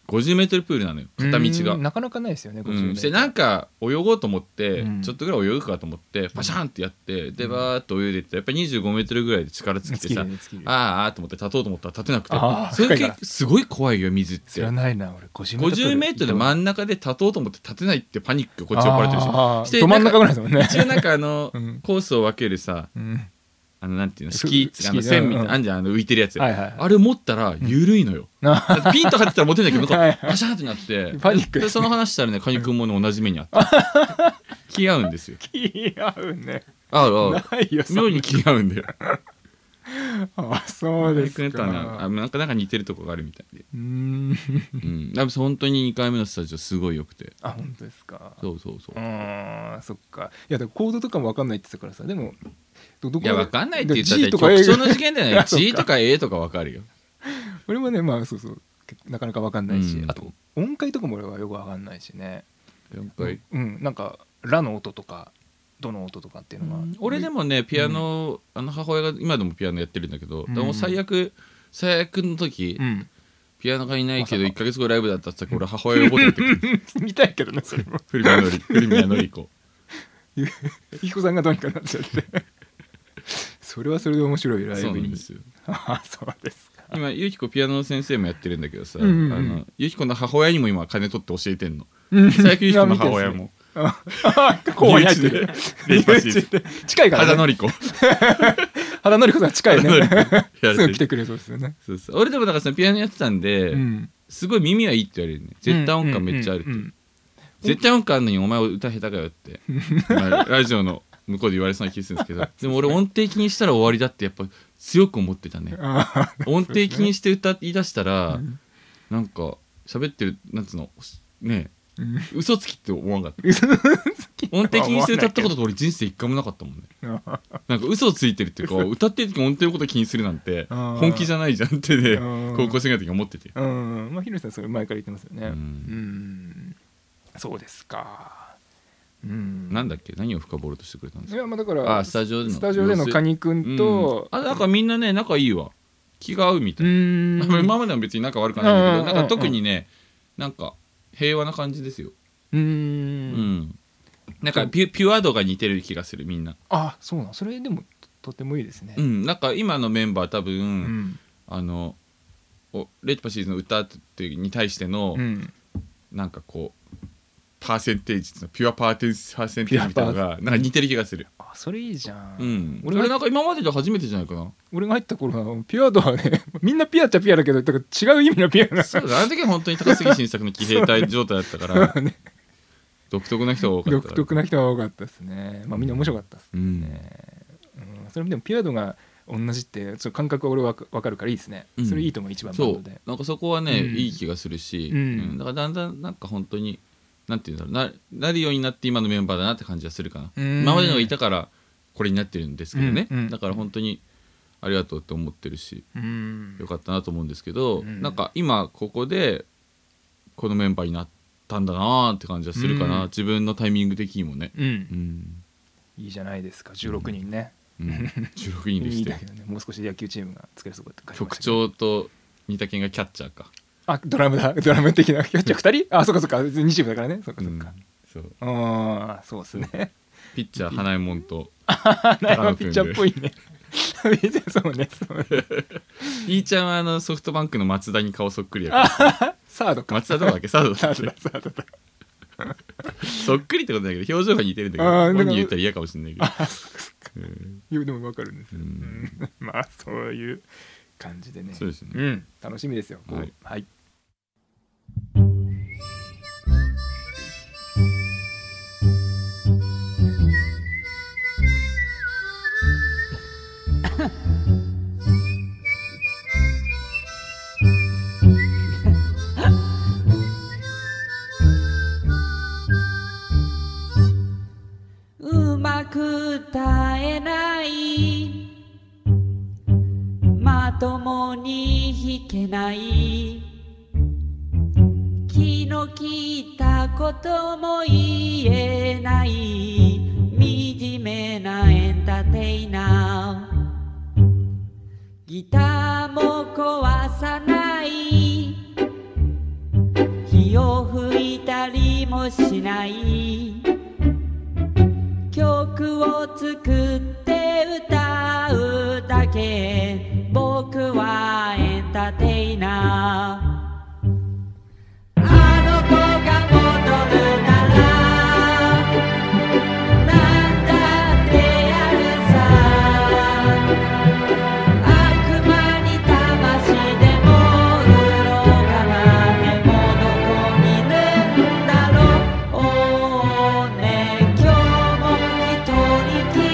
S5: 50メートルプールなのよ片道が
S4: うんなかなかないですよね
S5: う
S4: 50
S5: ん
S4: ね
S5: してなんか泳ごうと思って、
S4: うん
S5: ちょっとぐらい泳ぐかと思ってパシャンってやってでバーっと泳いでってやっぱり25メートルぐらいで力尽きてさ、
S4: 尽きるね尽きる
S5: あーあーと思って立とうと思ったら立てなくて
S4: あー
S5: それ
S4: 深いか
S5: 結すごい怖いよ水っ
S4: 知
S5: て
S4: らないな俺50
S5: 50メートルで真ん中で立とうと思って立てないってパニックこっち呼ばれてるし
S4: あー
S5: して
S4: ど真ん中ぐらいですもんね
S5: 一応なんかあの、
S4: うん
S5: コースを分けるさ
S4: うん
S5: あのなんていうの敷
S4: 敷
S5: あの
S4: ね
S5: 線みたい
S4: うん
S5: なあんじゃんあの浮いてるやつ、
S4: はいはいはい
S5: あれ持ったら緩いのよ、
S4: <laughs> な
S5: だってピンと張ってたら持てないけど、
S4: はい
S5: なん
S4: は
S5: かバシャーってなって、
S4: パニック
S5: でその話したらね、カニ君もね、同じ目にあった。気合うんですよ。
S4: 気合うね
S5: ある
S4: <laughs>
S5: ある。
S4: ないよそんな
S5: 妙に気合うんだよ。
S4: あそ
S5: カ
S4: うで
S5: ニ
S4: す
S5: 君と
S4: か
S5: はなあなんかなんか似てるとこがあるみたいで。
S4: うーん
S5: うん。でも本当に2回目のスタジオすごい良くて。
S4: あ本当ですか
S5: そうそうそう
S4: う。ーんそっかいやだからコードとかも分かんないって言ってたからさでもどどこ
S5: いや、わかんないって言った
S4: で G と
S5: ら、
S4: か A
S5: 局長の事件だよ
S4: いや
S5: ね。
S4: そっか
S5: G とか A とかわかるよ。
S4: <laughs> 俺もねまあそうそう結構なかなか分かんないし、
S5: うん
S4: あと音階とかも俺はよく分かんないしね
S5: 4回。
S4: うんなんか「ラ」の音とかどの音とかっていうのは、
S5: 俺でもねピアノ、あの母親が今でもピアノやってるんだけど、
S4: うん
S5: でも最悪最悪の時、
S4: うん <laughs>
S5: ピアノがいないけど
S4: まさ
S5: 1か月後ライブだったってさ俺母親が覚えてる
S4: 見たいけどねそれも
S5: 古宮の
S4: <laughs>
S5: り古宮のり子
S4: ひこさんがどうにかなっちゃってそれはそれで面白いライ
S5: そうな
S4: ブ
S5: ん
S4: に
S5: ですよ
S4: <laughs> あそうですか
S5: 今ゆきこピアノの先生もやってるんだけどさ、
S4: うんうんうん
S5: あのゆきこの母親にも今金取って教えてんの
S4: うん
S5: 最悪ゆきこの母親も <laughs>
S4: こうやってる
S5: レイパシーズ
S4: 近いから、ね、
S5: 肌の
S4: <laughs>
S5: り子
S4: 原のりこさん近い
S5: 肌のり
S4: ね
S5: 子やられてる
S4: すぐ来てく <laughs> れそうですよね、
S5: そうそう俺でもなんかそのピアノやってたんで、
S4: うん、
S5: すごい耳はいいって言われるね絶対音感めっちゃあるって、
S4: うんうんうん
S5: 絶対音感あんのにお前歌下手かよ
S4: <laughs>
S5: って、まあラジオの向こうで言われそうな気がするんですけどでも俺音程気にしたら終わりだってやっぱ強く思ってたね
S4: あ
S5: <laughs> 音程気にして歌い出したら、なんか喋ってるなんつうのね
S4: ー
S5: <laughs>
S4: うん
S5: 嘘つきって思わなかった音程気にして歌ったことって俺人生一回もなか
S4: <laughs>
S5: ったもんね
S4: あ
S5: なんか嘘をついてるっていうか歌ってる時音程のこと気にするなんて
S4: あー
S5: 本気じゃないじゃんってね
S4: ー
S5: 高校生ぐらいの時思ってて、
S4: うんまあヒロさんそれ前から言ってますよね
S5: う
S4: うん
S5: ん
S4: そうですかうん
S5: なんだっけ何を深掘ろうとしてくれたんです
S4: い
S5: か
S4: やまあだから
S5: あスタジオでの
S4: スタジオでのカニくんと
S5: うんあなんかみんなね仲いいわ気が合うみたいな、
S4: ん
S5: 今までも別に仲悪くはないんだけど、
S4: うん
S5: なんか特にね、なんか平和な感じですよう
S4: う
S5: ん、
S4: ん
S5: なんかピュピュア度が似てる気がするみんな
S4: あそうなんそれでもととてもいいですね
S5: うんなんか今のメンバー多分、
S4: うん
S5: あのおレッドパシーズの歌っていうに対しての、
S4: うん
S5: なんかこうパーセンテージっていうのピュアパーテンパーセンテージみたいなのがなんか似てる気がする
S4: あそれいいじゃん
S5: うん
S4: 俺
S5: 俺
S4: が
S5: なんか今までで初めてじゃないかな
S4: 俺が入った頃はピュア度はね <laughs> みんなピュアっちゃピュアだけどだから違う意味のピュアな
S5: そうだあの時は本当に高杉晋作の騎兵隊状態だったから、 <laughs>
S4: <laughs> ね
S5: 独特な人が多かった
S4: 独特な人が多かったですねまあみんな面白かったです
S5: うん、
S4: ねうんそれもでもピュア度が同じってそう感覚は俺は分かるからいいですね
S5: うん
S4: それいいと思う一番な
S5: そ
S4: の
S5: う
S4: で
S5: なんかそこはね、
S4: うん
S5: いい気がするし、
S4: うん
S5: だからだんだんなんか本当になんていうんだろうななるようになって今のメンバーだなって感じがするかな、
S4: うん
S5: 今までのがいたからこれになってるんですけどね、
S4: うんうん
S5: だから本当にありがとうって思ってるし
S4: うん
S5: よかったなと思うんですけど、
S4: うん
S5: なんか今ここでこのメンバーになったんだなって感じがするかな、
S4: うん
S5: 自分のタイミング的にもね、
S4: うん
S5: うん
S4: いいじゃないですか16人ね
S5: うん、16人で
S4: い <laughs>
S5: し
S4: い
S5: て
S4: だけどねもう少し野球チームが作れそうだって書いてま
S5: 局
S4: したけど
S5: 長と二田健がキャッチャーか。
S4: あドラムだドラム的
S5: <laughs>
S4: なキャッチャー2人あそうかそうか別に2チームだからねそうかそうか、
S5: うんそう
S4: うあそうですね
S5: ピッチャー花右衛門と
S4: 内はピッチャーっぽいねピッチャーそうねそうね
S5: イーちゃんはあのソフトバンクの松田に顔そっくりやから
S4: サードか
S5: 松田どうだっけサード
S4: サ <laughs>
S5: だっ
S4: ードだ
S5: け
S4: サードだ
S5: そっくりってことだけど表情が似てるんだけど
S4: あーなんか
S5: 本人言ったら嫌かもしれないけど
S4: あそうかそうか
S5: うん
S4: いやでも分かるんですよ、
S5: う
S4: うんん、 <laughs> まあそういう感じでね
S5: そうですね
S4: うん、楽しみですよこう
S5: はい
S4: はい
S6: うまく歌えないまともに弾けない気の利いたことも言えない惨めなエンターテイナーギターも壊さない火を吹いたりもしない曲を作って歌うだけ僕はエンターテイナーあの子が戻るならなんだってやるさ悪魔に魂でも売ろうかなでもどこにいるんだろうおーね今日も一人きり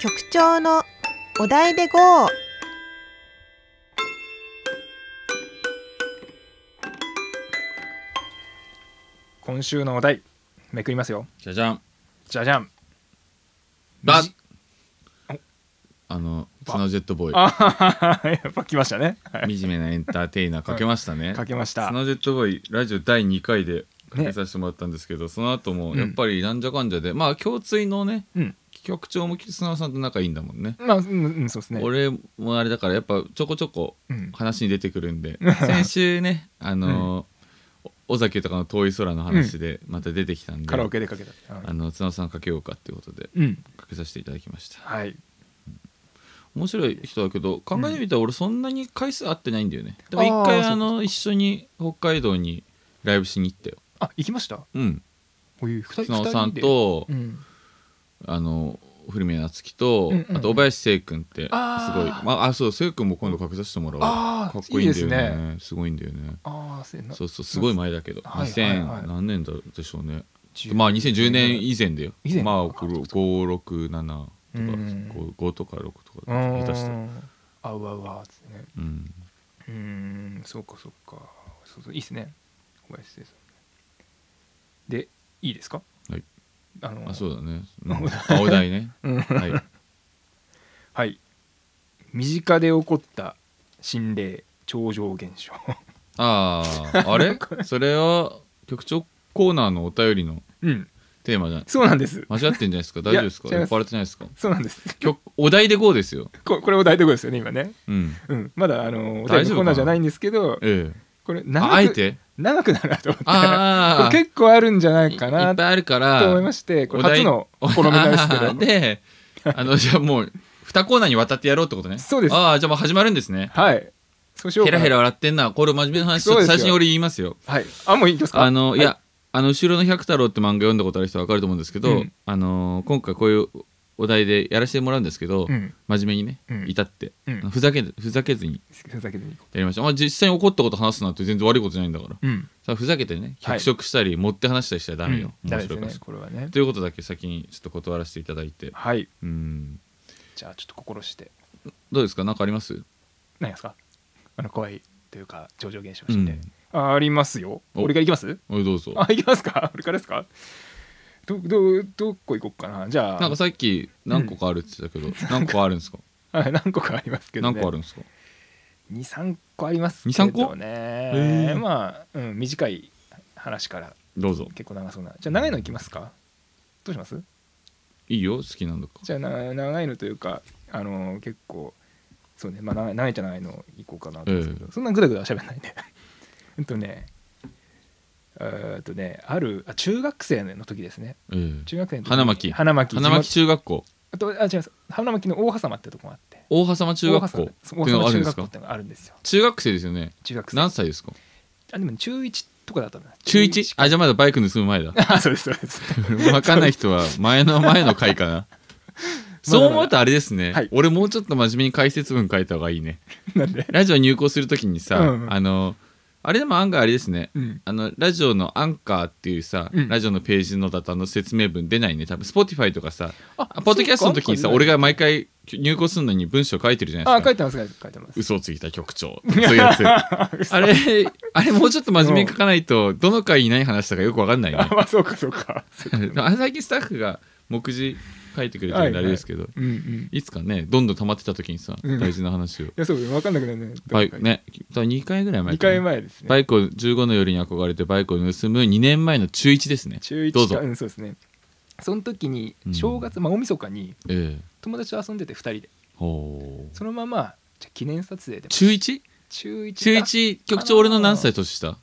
S3: 局長のお題で GO!
S4: 今週のお題めくりますよ
S5: じゃじゃん
S4: じゃじゃん
S5: バ
S4: みじ
S5: あのスノージェットボー
S4: あはははやっぱ来ましたね、はい
S5: イ惨めなエンターテイナーかけましたね
S4: かけまし
S5: ス
S4: た
S5: ノージェットボーイラジオ第2回でかけさせてもらったんですけど、その後もやっぱりなんじゃかんじゃで、まあ共通のね、
S4: うん
S5: 局長もキスナーさんと仲いいんだもんね、
S4: まあ、うん、うんそうですね
S5: 俺もあれだからやっぱちょこちょこ
S4: うん
S5: 話に出てくるん
S4: <laughs>
S5: で先週ねあのーお尾崎とかの遠い空の話でまた出てきたんで、
S4: カラオケでかけた
S5: あの綱尾さんかけようかっていうことで
S4: うん
S5: かけさせていただきました
S4: はい
S5: 面白い人だけど考えてみたら俺そんなに回数会ってないんだよね、でも一回
S4: あー
S5: あの一緒に北海道にライブしに行ったよ
S4: あ行きました
S5: うん
S4: こういう二人
S5: 綱尾さん
S4: 二人で
S5: と、
S4: うん
S5: あの古宮夏樹と、
S4: うんうん
S5: あと小林誠君ってすごい
S4: あー
S5: まあ、あそう誠君も今度かけさせてもらおう
S4: あー
S5: かっこいいんだよね
S4: いいですす
S5: ごいんだよね
S4: ああそうやな
S5: そうそうすごい前だけど
S4: はい
S5: 2000、
S4: はいはい
S5: 何年だでしょうねまあ2010年以前だよ
S4: 以前
S5: まあ567とか、
S4: うん
S5: 5, とか6とか
S4: うーん
S5: 下手したら
S4: あうわうわっつってね
S5: うん
S4: うーんそうかそうかそうそういいっすね小林先生でいいですか
S5: はい
S4: あの
S5: あそうだね、うん、あお題ね、
S4: うん <laughs>
S5: はい、
S4: はい身近で起こった心霊超常現象
S5: あああれそれは局長コーナーのお便りの
S4: うん
S5: テーマじゃない
S4: そうなんです
S5: 間違ってんじゃないですか大丈夫ですか
S4: いや違い
S5: 酔
S4: ま
S5: っ払
S4: す
S5: ってないですか
S4: そうなんです <laughs>
S5: 曲お題で GO ですよ。
S4: ここれお題とこですよね今ね
S5: うん。
S4: うんまだあの
S5: 大丈夫か
S4: お便
S5: な
S4: りのコーナーじゃないんですけど
S5: ええ。
S4: <laughs> これ長く
S5: ああえて
S4: 長くなるなと思って
S5: ああ。
S4: これ結構あるんじゃないか
S5: いい
S4: な
S5: っぱいあるから。
S4: と思いましてこれ初の
S5: お題
S4: 試みなんですけ
S5: あ
S4: ど
S5: ー <laughs> で、あの、じゃあもう、二コーナーにわたってやろうってことね。
S4: そうです
S5: ああ、じゃあもう始まるんですね。
S4: はいそうしよう
S5: ヘ
S4: かな
S5: ラヘラ笑ってんな。これ真面目な話、ち
S4: そ
S5: ょ
S4: う
S5: っ
S4: で
S5: と
S4: す
S5: 最
S4: よ
S5: 初に俺言いますよ。
S4: はいあもういいですか
S5: あの、
S4: はい
S5: や、あの、後ろの百太郎って漫画読んだことある人はわかると思うんですけど、
S4: うん
S5: あの、今回こういうお題でやらせてもらうんですけど、
S4: うん
S5: 真面目にね
S4: う、ん
S5: 至って、
S4: うん
S5: ふざけ、ふざけずに
S4: ふざけていこ
S5: やりました。まあ、実際に起こったこと話すなんて全然悪いことじゃないんだから。
S4: ううん
S5: さあふざけてね
S4: はい
S5: 脚色したり、持って話したりしたらダメよ、
S4: うんダ
S5: 面
S4: メで
S5: 白
S4: す
S5: いか
S4: ね
S5: ら
S4: これはね
S5: ということだけ先にちょっと断らせていただいて
S4: はい
S5: うん
S4: じゃあちょっと心して
S5: どうですか何かあります
S4: 何ですかあの怖いというか上場現象
S5: う
S4: 心霊、
S5: ん
S4: あありますよ
S5: お
S4: 俺からいきます
S5: おいどうぞ
S4: あいきますか <laughs> 俺からですかどどどこ行こうかなじゃあ
S5: なんかさっき何個かあるって言ってたけど、
S4: <laughs>
S5: 何個あるんですか
S4: はい何個かありますけど、
S5: 何
S4: ね、
S5: 個あるんですか
S4: 23個あります
S5: 二
S4: け
S5: 三個
S4: ど
S5: へ
S4: ね
S5: ー
S4: まあ、うん、短い話から
S5: どうぞ
S4: 結構長そうなじゃあ長いのいきますかどうします
S5: いいよ好きなんだか
S4: じゃあな長いのというかあのー結構そうねまあ長い長いじゃないのいこうかなと思うんですけど、
S5: え
S4: そんなグダグダ喋らないんで <laughs> うんとねえーっとねあるあ中学生の時ですね
S5: ええ
S4: 中学生の時
S5: 花巻
S4: 花巻
S5: 花巻
S4: 地
S5: 中学校
S4: 元あとあ違います花巻の大狭間ってとこがあって
S5: 大葉様中学校
S4: 大
S5: っ
S4: 狭
S5: て
S4: 間
S5: いうのがあ
S4: 大
S5: るん
S4: 狭間中
S5: です
S4: 学校っ
S5: か
S4: てのがあるんですよ
S5: 中学生ですよね
S4: 中学生
S5: 何歳ですか
S4: あでもね中1とかだったんだ
S5: 中 1? あじゃあまだバイク盗む前だ <laughs>
S4: <laughs> あそうですそうです <laughs>
S5: 分かんない人は前の前の回かなそう思うとあれですね、
S4: はい
S5: 俺もうちょっと真面目に解説文書いた方がいいね
S4: なんで
S5: ラジオ入稿するときにさ、
S4: うん
S5: あのあれでも案外あれですね、
S4: うん
S5: あのラジオのアンカーっていうさ、
S4: うん
S5: ラジオのページのだとあの説明文出ないね多分 Spotify とかさ
S4: あ
S5: ポッドキャストの時に
S4: そ
S5: さ
S4: うか
S5: 俺が毎回入稿するのに文章書いてるじゃない
S4: あ
S5: です
S4: 書
S5: か
S4: いてます書いてます書いてます
S5: 嘘をついた局長そういう
S4: <laughs>
S5: やつあれあれもうちょっと真面目に書かないとどの回に何話したかよくわかんないね
S4: あ <laughs> まあそうかそうか
S5: あ <laughs> 最近スタッフが目次書いてくれてるんであれですけど、い
S4: うんうん
S5: つかねどんどん溜まってた時にさ
S4: うん
S5: 大事な話を、
S4: いやそう分かんなくなるね
S5: バイクね2回ぐらい前
S4: 2
S5: かな
S4: 回前ですね
S5: バイクを15の夜に憧れてバイクを盗む2年前の中1ですね
S4: 中1
S5: どうぞ
S4: うんそうですねその時に
S5: うん
S4: 正月、まあ大晦日に
S5: ええ
S4: 友達と遊んでて2人で
S5: ほう
S4: そのままじゃあ記念撮影でも
S5: 中 1?
S4: 中1
S5: 中
S4: だい
S5: 1局長俺の何歳年下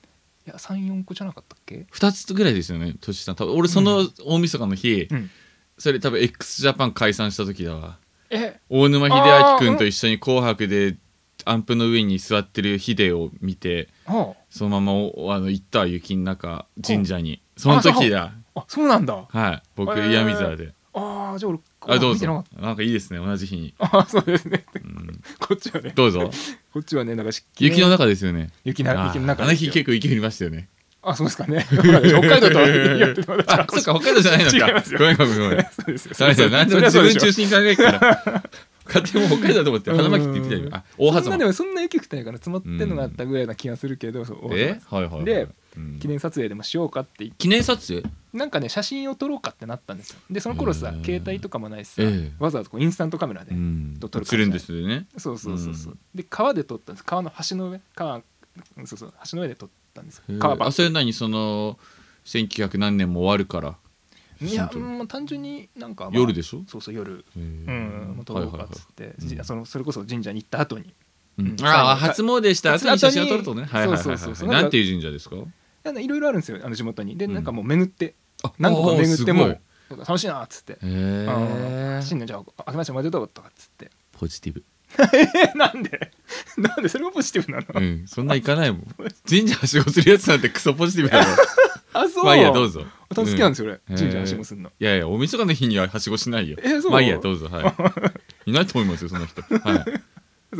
S4: や34個じゃなかったっけ
S5: 2つぐらいですよね年下多分俺その大晦日の日、
S4: うん
S5: それ多分 x ジャパン解散した時だわ
S4: え
S5: 大沼秀明君と一緒に「紅白」でアンプの上に座ってるヒデを見て
S4: あ
S5: そのままおあの行ったわ雪の中神社にその時だ
S4: ああそうなんだ
S5: はい僕
S4: へえ
S5: 岩見沢で
S4: ああじゃあ俺
S5: あどう
S4: 見てなかっ
S5: ぞなんかいいですね同じ日に、
S4: たああそうですね
S5: うん、
S4: こっちはね
S5: どうぞ
S4: こっちはねなんかし
S5: 雪の中ですよね
S4: 雪
S5: あ
S4: な
S5: ー
S4: 雪の中
S5: あの日
S4: です
S5: 結
S4: よ
S5: 構雪降りましたよね
S4: あ、そうですかね。 <laughs> ほら北
S5: <laughs>
S4: 海道とはやってまだ違
S5: あ、そっか、北海道じゃないの
S4: <laughs> 違い
S5: か
S4: ます。よ
S5: ごめんごめんごめん。
S4: そうですよ。
S5: ダメだよ。なんで
S4: そ
S5: も
S4: れは
S5: 自
S4: そうで
S5: 分
S4: しょ
S5: 中心に考えるから。勝手に北海道だと思って、花巻って言ってた
S4: う
S5: よ
S4: ん。
S5: あ、大
S4: そん
S5: 狭間
S4: なで。もそんな雪降ってないから積もってんのがあったぐらいな気がするけど、そう大
S5: えは
S4: 狭
S5: いはいはい。
S4: で
S5: うん
S4: 間記念撮影でもしようかって
S5: 記念撮影
S4: なんかね写真を撮ろうかってなったんですよでその頃さ、
S5: へー
S4: 携帯とかもないしさ、
S5: ええ
S4: わざわざこうインスタントカメラで、
S5: うん
S4: と撮る感じ
S5: するんですよね。
S4: そうそうそうそう、
S5: うん
S4: で川で撮ったんです川の橋の上川うんそうそう橋の上で撮ったんです
S5: へ
S4: よ
S5: ー
S4: 川場
S5: あ、それ何その、1900何年も終わるから。
S4: いや
S5: 写真撮る
S4: もう単純になんか、まあ
S5: 夜でしょ
S4: そうそう夜
S5: うん
S4: うん、もう撮ろうかっつって、じそのそれこそ神社に行った後にうん
S5: ああ、初詣した後に写真を撮るとね。
S4: 初
S5: はいはいはい
S4: そ
S5: は
S4: うそうそうそ
S5: い。
S4: うなんか
S5: なんていう神社ですか
S4: なんかいろいろあるんですよあの地元にで
S5: うん
S4: なんかもう巡って、
S5: あ
S4: 何個か巡っても
S5: あーす
S4: う楽しいなっつって
S5: ごいへ
S4: 「あ
S5: え
S4: ー。新年じゃあ明けましておめでとう」とかっつって <laughs>
S5: ポジティブ。
S4: えなんで <laughs> なんでそれもポジティブなの
S5: うん、そんないかないもん。神社はしごするやつなんてクソポジティブだろ。
S4: あ <laughs> そう
S5: まあいいや、どうぞ。
S4: 私好きなんですよ、俺
S5: うん
S4: 神社のしもすんの
S5: いやいや、お店がの日にははしごしないよ。
S4: えそう
S5: まあいいや、どうぞ。
S4: <laughs>
S5: はい。いないと思いますよ、そんな人。はい。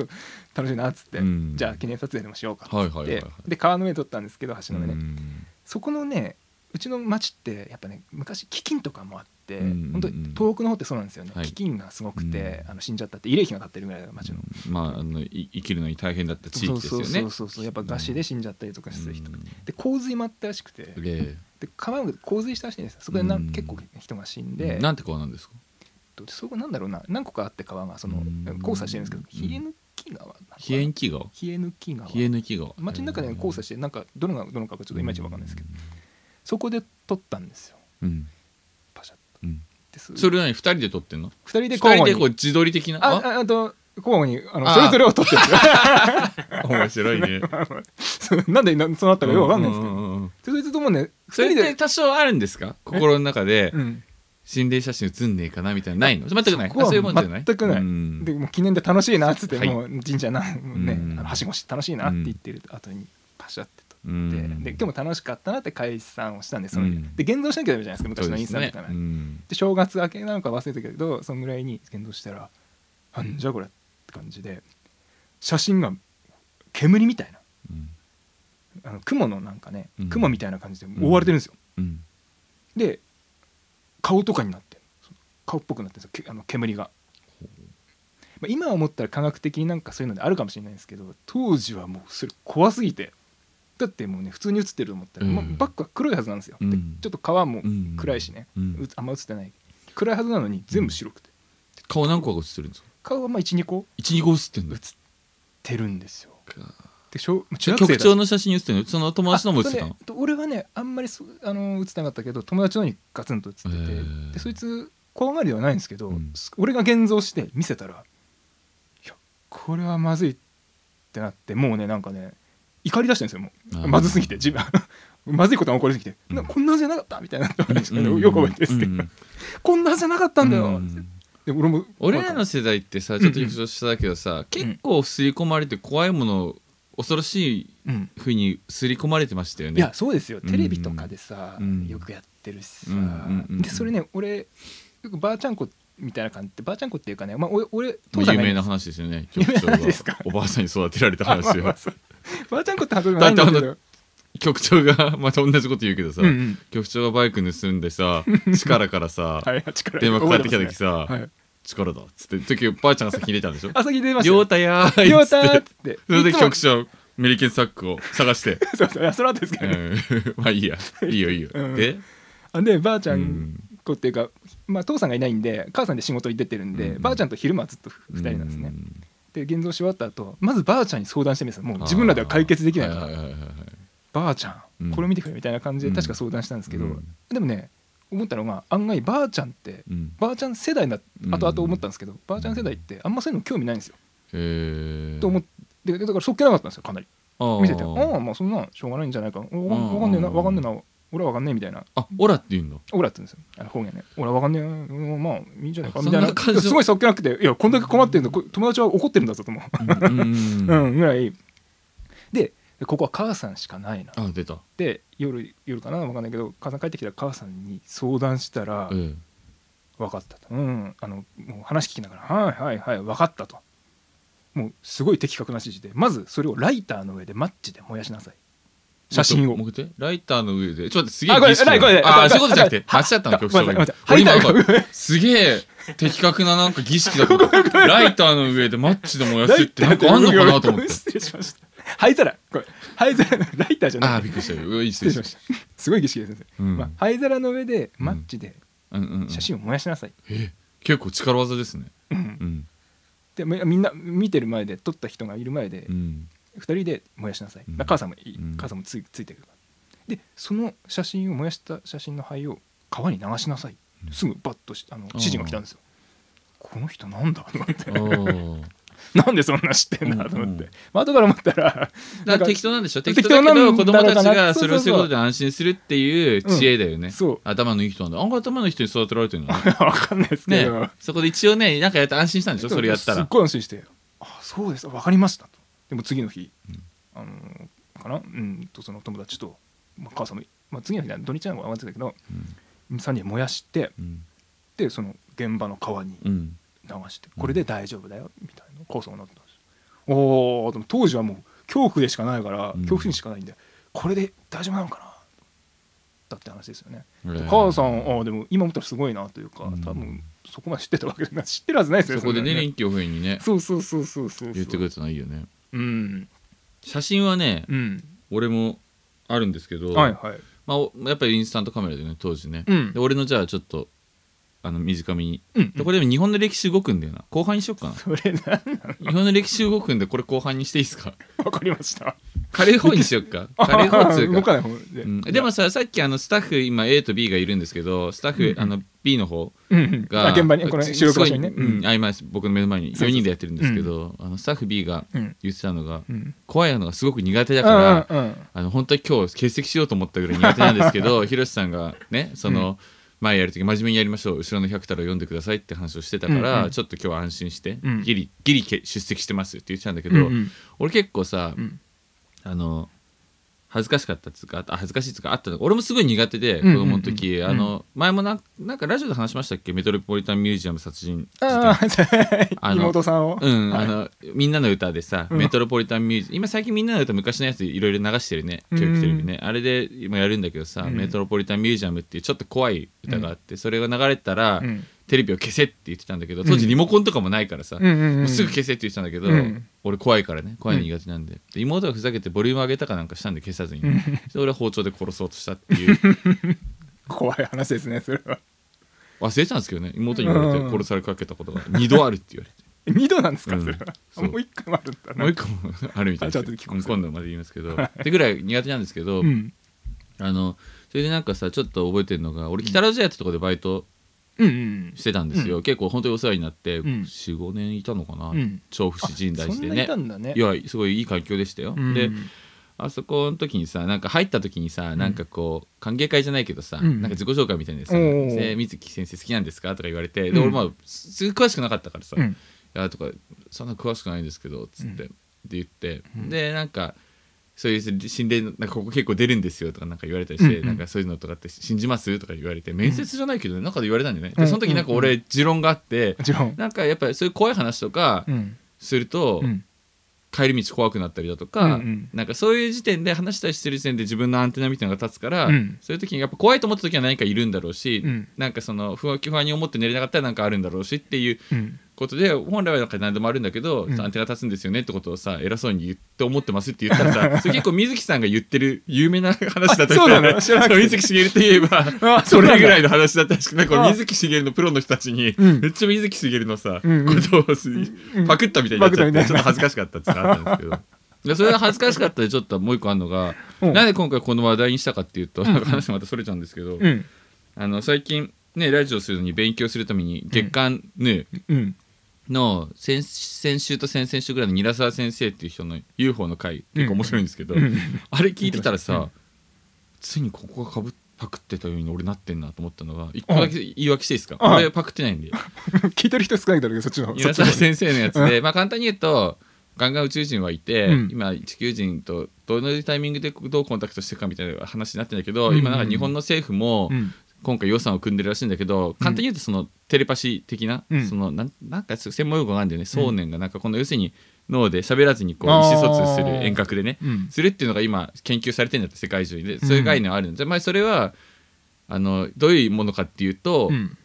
S4: 楽しいなっつって、
S5: うん
S4: じゃあ記念撮影でもしようかっつって、
S5: はいはいはいはい
S4: で川の上で撮ったんですけど橋の上ね、
S5: うん
S4: そこのねうちの町ってやっぱね昔飢饉とかもあって、
S5: うんうんうん
S4: 本当に東北の方ってそうなんですよね、
S5: はい
S4: 飢饉がすごくて、
S5: う
S4: あの死んじゃったって慰霊碑が立ってるぐらいの町の、
S5: まあ、あの、い生きるのに大変だった地域ですよね。
S4: そうそうそうそうやっぱ餓死で死んじゃったりとかする人、
S5: うん
S4: で洪水もあったらしくて
S5: え
S4: で川が洪水したらしいんですよそこでな、
S5: うん
S4: 結構人が死ん
S5: え
S4: で
S5: なんて川なんですか
S4: そこなんだろうな何個かあって川がその
S5: うん
S4: 交差してるんですけど
S5: うん
S4: 冷え抜き川なのかな
S5: 冷え抜き川
S4: 冷え抜き川
S5: 冷え抜き川。
S4: 街の中で交差
S5: し
S4: してなんかどのがどのかがちょっといまいちわかんないですけどそこで撮ったんですよ
S5: うん。
S4: パシャッと
S5: うん
S4: です
S5: それ何、二人で撮ってんの
S4: 二人で
S5: 二
S4: 交
S5: 人
S4: 互
S5: でこう
S4: に
S5: 自撮り的な。
S4: あああと交互にあの
S5: あ
S4: それぞれを撮ってるん
S5: あ面白い
S4: <laughs>
S5: ね。
S4: です
S5: <laughs>
S4: よ <laughs> なんでなそうなったかよくわかんないですけ
S5: う
S4: ど
S5: ううんうん
S4: でそいつともね
S5: そ
S4: 二
S5: れ
S4: 人
S5: って
S4: で
S5: 多少あるんですか心の中で
S4: うん
S5: 心霊写真写んねえかなみたいなないの全くない
S4: そこ
S5: あ
S4: は
S5: そういうもんじゃない
S4: 全くない
S5: うん
S4: でもう記念で楽しいなっつって
S5: はい
S4: もう神社なもうね
S5: うん
S4: あのはしごして楽しいなって言ってる後にパシャって撮
S5: う
S4: って
S5: ん
S4: で今日も楽しかったなって解散をしたんですその日
S5: うん
S4: で現像しなきゃダメじゃないですか昔のインスタみ
S5: ね
S4: たいな
S5: うん
S4: で正月明けなのか忘れたけどそのぐらいに検討したら「なんじゃこれ」って感じで写真が煙みたいな
S5: うん
S4: あの雲のなんかね
S5: うん
S4: 雲みたいな感じで覆われてるんですよ、
S5: うん
S4: で顔とかになってるその顔っぽくなってるんですよけあの煙が、まあ、今思ったら科学的になんかそういうのであるかもしれないんですけど当時はもうそれ怖すぎてだってもうね普通に写ってると思ったら、
S5: うん
S4: まあバックは黒いはずなんですよ、
S5: うん
S4: でちょっと川も
S5: うん
S4: 暗いしね、
S5: うん
S4: うつあんま写ってない暗いはずなのに全部白くて。
S5: 顔何個か写ってるんですか
S4: 顔はまあ12個
S5: 12号写ってん
S4: 映
S5: の
S4: ってるんですよ。でしょ中
S5: 局長
S4: の
S5: の写真写ってんのその友達のも写ってたの
S4: 俺はねあんまりそあの映ってなかったけど友達のにガツンと映ってて
S5: へー
S4: でそいつ怖がりではないんですけど、
S5: うん
S4: 俺が現像して見せたらいやこれはまずいってなってもうねなんかね怒り出してるんですよも
S5: あー
S4: うまずすぎて自分まずいことが起こりすぎて、なこんなはずじゃなかったみたいになって話がねよく覚えてるんですけど、
S5: うんうん
S4: こんなはずじゃなかったんだよ、
S5: うん
S4: で俺も
S5: 俺らの世代ってさちょっと優勝したけどさ結構刷り込まれて怖いもの恐ろしい
S4: うん
S5: ふうに刷り込まれてましたよね
S4: いやそうですよテレビとかでさ、
S5: うん
S4: よくやってるしさ、
S5: うんうんうん
S4: でそれね俺よくばあちゃんこみたいな感じでばあちゃんこっていうかね、まあ、俺俺
S5: もう
S4: さん
S5: 有
S4: が
S5: 名な話ですよね
S4: 有
S5: 局
S4: 名な
S5: 長が
S4: 話ですか
S5: おばあさんに育てられた話
S4: まあま
S5: よ
S4: あそう <laughs> ばあちゃんこって発音ないんだけ
S5: だっ
S4: ど
S5: て局長がまた同じこと言うけどさ、
S4: うんうん
S5: 局長がバイク盗んでさ力からさ、
S4: <laughs> はい力
S5: 電話かかってきた時
S4: 覚
S5: さ
S4: えてますねはい
S5: 「力だ」っつって時ばあちゃんが先に出たんでしょ
S4: あ先に出
S5: 「
S4: ましたよ
S5: 両太やーい」
S4: よ
S5: っ
S4: う
S5: つ
S4: た
S5: っ
S4: ー
S5: て
S4: っつって
S5: それで
S4: いつも
S5: 局長メリケンサックを探
S4: <laughs>
S5: して、
S4: そうそういやその後ですけ
S5: う
S4: どね、
S5: ん、 <laughs> まあいいやいいよいいよ、
S4: うん
S5: で
S4: あでばあちゃ
S5: うんん
S4: こっていうか、まあ、父さんがいないんで母さんで仕事に出てるんで、
S5: うん
S4: ばあちゃんと昼間はずっと2人なんですね、
S5: うん
S4: で現像し終わった後まずばあちゃんに相談してみるんですよもう自分らでは解決できないから、
S5: はいはいはいはい
S4: ばあちゃ
S5: うんん
S4: これ見てくれみたいな感じで確か相談したんですけど、
S5: うん
S4: でもね思ったのが案外ばあちゃんって、
S5: うん
S4: ばあちゃん世代だ
S5: うん
S4: 後々思ったんですけど、ばあちゃん世代ってあんまそういうの興味ないんですよ、
S5: えー、
S4: と思ってでだからそっけなかったんですよかなり
S5: あ
S4: 見ててあ
S5: ー
S4: あまあそんなんしょうがないんじゃないかわかん
S5: うん
S4: わかんねえなわかんねえな俺はわかんねえみたいな
S5: あオラって言うんだ
S4: オラって言うんですよあの方言ね俺はわかんねえうんまあいいんじゃないか
S5: あ
S4: みたいな
S5: そんな感じの
S4: すごいそっけなくていやこんだけ困ってるのこ友達は怒ってるんだぞと思う、
S5: うんうん
S4: う
S5: うん
S4: ん、ぐらいでここは母さんしかないな
S5: あ出た
S4: で夜夜かな分かんないけど母さん帰ってきたら母さんに相談したら
S5: ええ
S4: 「分かった」と「うんあのもう話聞きながらはいはいはい分かった」ともうすごい的確な指示でまずそれをライターの上でマッチで燃やしなさい写真を
S5: もっと潜ってライターの上でちょっと待ってすげえ
S4: あこれ
S5: 儀式だな
S4: ライこれ
S5: あ
S4: こ
S5: あ
S4: れ
S5: そういうことじゃなくて
S4: これ
S5: 間違ったの曲
S4: ご
S5: 紹
S4: めんなさい
S5: 介
S4: ごめんなさ
S5: 俺
S4: いごめんな
S5: 今すげえ的確ななんか儀式だと思
S4: <laughs>
S5: ったライターの上でマッチで燃やすってなんかあんのかなと思って
S4: 失礼しました <laughs> 灰皿これ灰皿のライターじゃ
S5: あ
S4: な
S5: あ
S4: い
S5: びっくりしたようわいい
S4: 失礼
S5: 失礼
S4: しま
S5: し
S4: したすごい儀式ですね、
S5: たうん
S4: まあ、灰皿の上でマッチで
S5: うんうんうん
S4: 写真を燃やしなさい、
S5: え結構力技ですねうん
S4: でみみんな見てる前で撮った人がいる前で
S5: うん
S4: 2人で燃やしなさい、
S5: うん
S4: まあ母さんもいい、
S5: うん
S4: 母さんもついついてくるからでその写真を燃やした写真の灰を川に流しなさい、
S5: うん
S4: すぐバッとしあの指示が来たんですよこの人なんだと思って <laughs>
S5: おー
S4: なんでそんな知ってんだと思って、
S5: うんうん
S4: まあ後から思ったら
S5: だ
S4: な
S5: か
S4: ん
S5: ら
S4: か
S5: 適当なんでしょ適当だけど
S4: 適
S5: 子
S4: 当
S5: 供
S4: なんだろ
S5: た
S4: うな
S5: ちがそれをす
S4: そう
S5: るこ
S4: そうそう
S5: とで安心するっていう知恵だよね、
S4: そう <laughs>
S5: 頭のいい人なんだあ頭のいい人に育てられてるんだね
S4: わかんないですけど、
S5: ねそこで一応ねなんかやって安心したんでしょそれやった
S4: すっ
S5: ら
S4: ごい安心してあそうですわかりましたとでも次の日、
S5: うん
S4: あのーかなうんとその友達と、まあ、母さんも、まあ、次の日だ土日なのか分かんないけど、3人燃やして
S5: うん
S4: でその現場の川に
S5: うん
S4: 流して、これで大丈夫だよみたいな構想になったんですよおーでも当時はもう恐怖でしかないから、
S5: うん
S4: 恐怖心しかないんでこれで大丈夫なのかなだって話ですよね
S5: えー
S4: 母さんあーでも今思ったらすごいなというか
S5: うん
S4: 多分そこまで知ってたわけじゃない知ってるはずないですよ
S5: そこでね
S4: んな
S5: 臨機応変にね
S4: そうそうそうそうそうそう
S5: 言ってくれたのはいいよね
S4: うん
S5: 写真はね
S4: うん
S5: 俺もあるんですけど、
S4: はいはい
S5: まあ、おやっぱりインスタントカメラでね当時ね、
S4: うん
S5: で俺のじゃあちょっとあの短めに
S4: うん
S5: でこれでも日本の歴史動くんだよな後半にしよっかな
S4: それな
S5: 日本の歴史動くんでこれ後半にしていいですか <laughs>
S4: わかりました
S5: 軽い方にしよっか軽い方っつう
S4: 動
S5: か
S4: かない方で、
S5: うんでもささっきあのスタッフ今 A と B がいるんですけどスタッフ、
S4: うん
S5: あの B の方
S4: うんうん
S5: が
S4: あ現場にこの収録場所にね
S5: すごいうん、あ今僕の目の前に
S4: そうそうそう
S5: 4人でやってるんですけどあのスタッフ B が
S4: うん
S5: 言ってたのが
S4: うん
S5: 怖いのがすごく苦手だから、
S4: うんうんうん
S5: あの本当は今日欠席しようと思ったぐらい苦手なんですけ
S4: <laughs>
S5: どひろしさんがねその、前やる時真面目にやりましょう後ろの百太郎読んでくださいって話をしてたから、
S4: うんうん
S5: ちょっと今日は安心して、
S4: うん
S5: ギリギリけ出席してますって言ってたんだけど、
S4: うんうん
S5: 俺結構さ、
S4: うん
S5: あの恥ずかしかったっつうかあ恥ずかしいっつうかあったの俺もすごい苦手で
S4: うん
S5: 子
S4: うんうん
S5: 供の時、
S4: うん
S5: あの前もなんなんかラジオで話しましたっけメトロポリタンミュージアム殺人事件
S4: ああ
S5: あの
S4: <laughs> 妹さんを、
S5: うん、
S4: はい
S5: あのみんなの歌でさ、
S4: うん
S5: メトロポリタンミュージ今最近みんなの歌昔のやついろいろ流してるね教
S4: うん
S5: 育テレビね、あれで今やるんだけどさ、
S4: うん
S5: メトロポリタンミュージアムっていうちょっと怖い歌があって、それが流れてたら、
S4: うん
S5: テレビを消せって言ってたんだけど当時リモコンとかもないからさ、
S4: うんうんう
S5: も
S4: ん
S5: うすぐ消せって言ってたんだけど、
S4: うん
S5: 俺怖いからね怖いの苦手なんで,で、妹がふざけてボリューム上げたかなんかしたんで消さずに、
S4: うん
S5: それ俺は包丁で殺そうとしたっていう
S4: 怖い話ですねそれは
S5: 忘れてたんですけどね妹に言われて殺されかけたことが2度あるって言われて。
S4: 二度なんですか、
S5: うん
S4: それは
S5: そう
S4: もう一回もあるんだな
S5: もう一個もあるみたいですよ
S4: あちょっと聞こう
S5: 今度まで言いますけどってぐらい苦手なんですけど、
S4: うん
S5: あのそれでなんかさちょっと覚えてるのが俺北ラジアってとこでバイト
S4: うんうん
S5: してたんですよ、結構本当にお世話になって、
S4: ん
S5: 45年いたのかな、
S4: うん
S5: 調布市神代市でね
S4: あそんないたんだね
S5: いやすごいいい環境でしたよ、
S4: うん
S5: であそこの時にさなんか入った時にさ、なんかこう歓迎会じゃないけどさ、
S4: うん
S5: なんか自己紹介みたいなやつさ
S4: お
S5: 「
S4: ー
S5: で水木先生好きなんですか?」とか言われてで、
S4: うん
S5: 俺まあすすごい詳しくなかったからさ「
S4: うん
S5: いや」とか「そんな詳しくないんですけど」つって、
S4: う
S5: で言って、
S4: うん
S5: でなんかそういう心霊のなんかここ結構出るんですよとかなんか言われたりして、
S4: うんうん
S5: なんかそういうのとかって信じますとか言われて面接じゃないけど、ね、なんかで言われたんだよね、
S4: う
S5: で
S4: ん
S5: その時なんか俺持論があって、
S4: もちろん
S5: なんかやっぱりそういう怖い話とか
S4: うん
S5: すると、
S4: うん
S5: 帰り道怖くなったりだとか、
S4: うんうん
S5: なんかそういう時点で話したりしてる時点で自分のアンテナみたいなのが立つから、
S4: うん
S5: そういう時にやっぱ怖いと思った時は何かいるんだろうし、
S4: うん
S5: なんかその不安不安に思って寝れなかったら何かあるんだろうしっていう
S4: うん
S5: ことで本来はなんか何でもあるんだけど、
S4: うん
S5: アンテナ立つんですよねってことをさ偉そうに言って思ってますって言ったら
S4: <laughs>
S5: さそれ結構水木さんが言ってる有名な話だった
S4: あそうなの知らなく
S5: <laughs>
S4: て
S5: そう水木しげるといえば
S4: <laughs> あそ
S5: そう
S4: なんだ
S5: れぐらいの話だったらしくなんか
S4: あ
S5: 水木しげるのプロの人たちに、
S4: うん
S5: めっちゃ水木しげるのさ、
S4: うんう
S5: こ
S4: ん
S5: とをすパクったみたいになっちゃっ
S4: パクったみた
S5: てちょ
S4: いな
S5: っと恥ずかしかったっていうのがあったんですけど。でそれが恥ずかしかったでちょっともう一個あるのが、
S4: うん
S5: なんで今回この話題にしたかっていうと、なんか話またそれちゃうんですけど、
S4: うん
S5: あの最近ねラジオするのに勉強するために月刊ヌー、
S4: うん
S5: の先先週と先々週ぐらいの韮沢先生っていう人の UFO の回結構面白いんですけど、
S4: うん
S5: あれ聞いてたらさ、ついにここがかぶパクってたように俺なってんなと思ったのが一個だけ言い訳していいですか、
S4: うん
S5: 俺パクってないんで
S4: 聞いてる人少ないだろうけどそっちの
S5: 韮
S4: そっ
S5: 沢
S4: ちの
S5: 先生のやつで、まあ簡単に言う
S4: <laughs>
S5: とガンガン宇宙人はいて、
S4: うん
S5: 今地球人とどのタイミングでどうコンタクトしてるかみたいな話になってんだけど、
S4: うん
S5: 今なんか日本の政府も、
S4: うん
S5: 今回予算を組んでるらしいんだけど簡単に言うとそのテレパシー的な、
S4: うん
S5: そのなんなんか専門用語があるんだよね、想念がなんかこの要するに脳で喋らずにこう意
S4: あー
S5: 思疎通する遠隔でね
S4: うん
S5: するっていうのが今研究されてるんだって世界中でそういう概念はあるんで、まあ、それはあのどういうものかっていうと、
S4: うん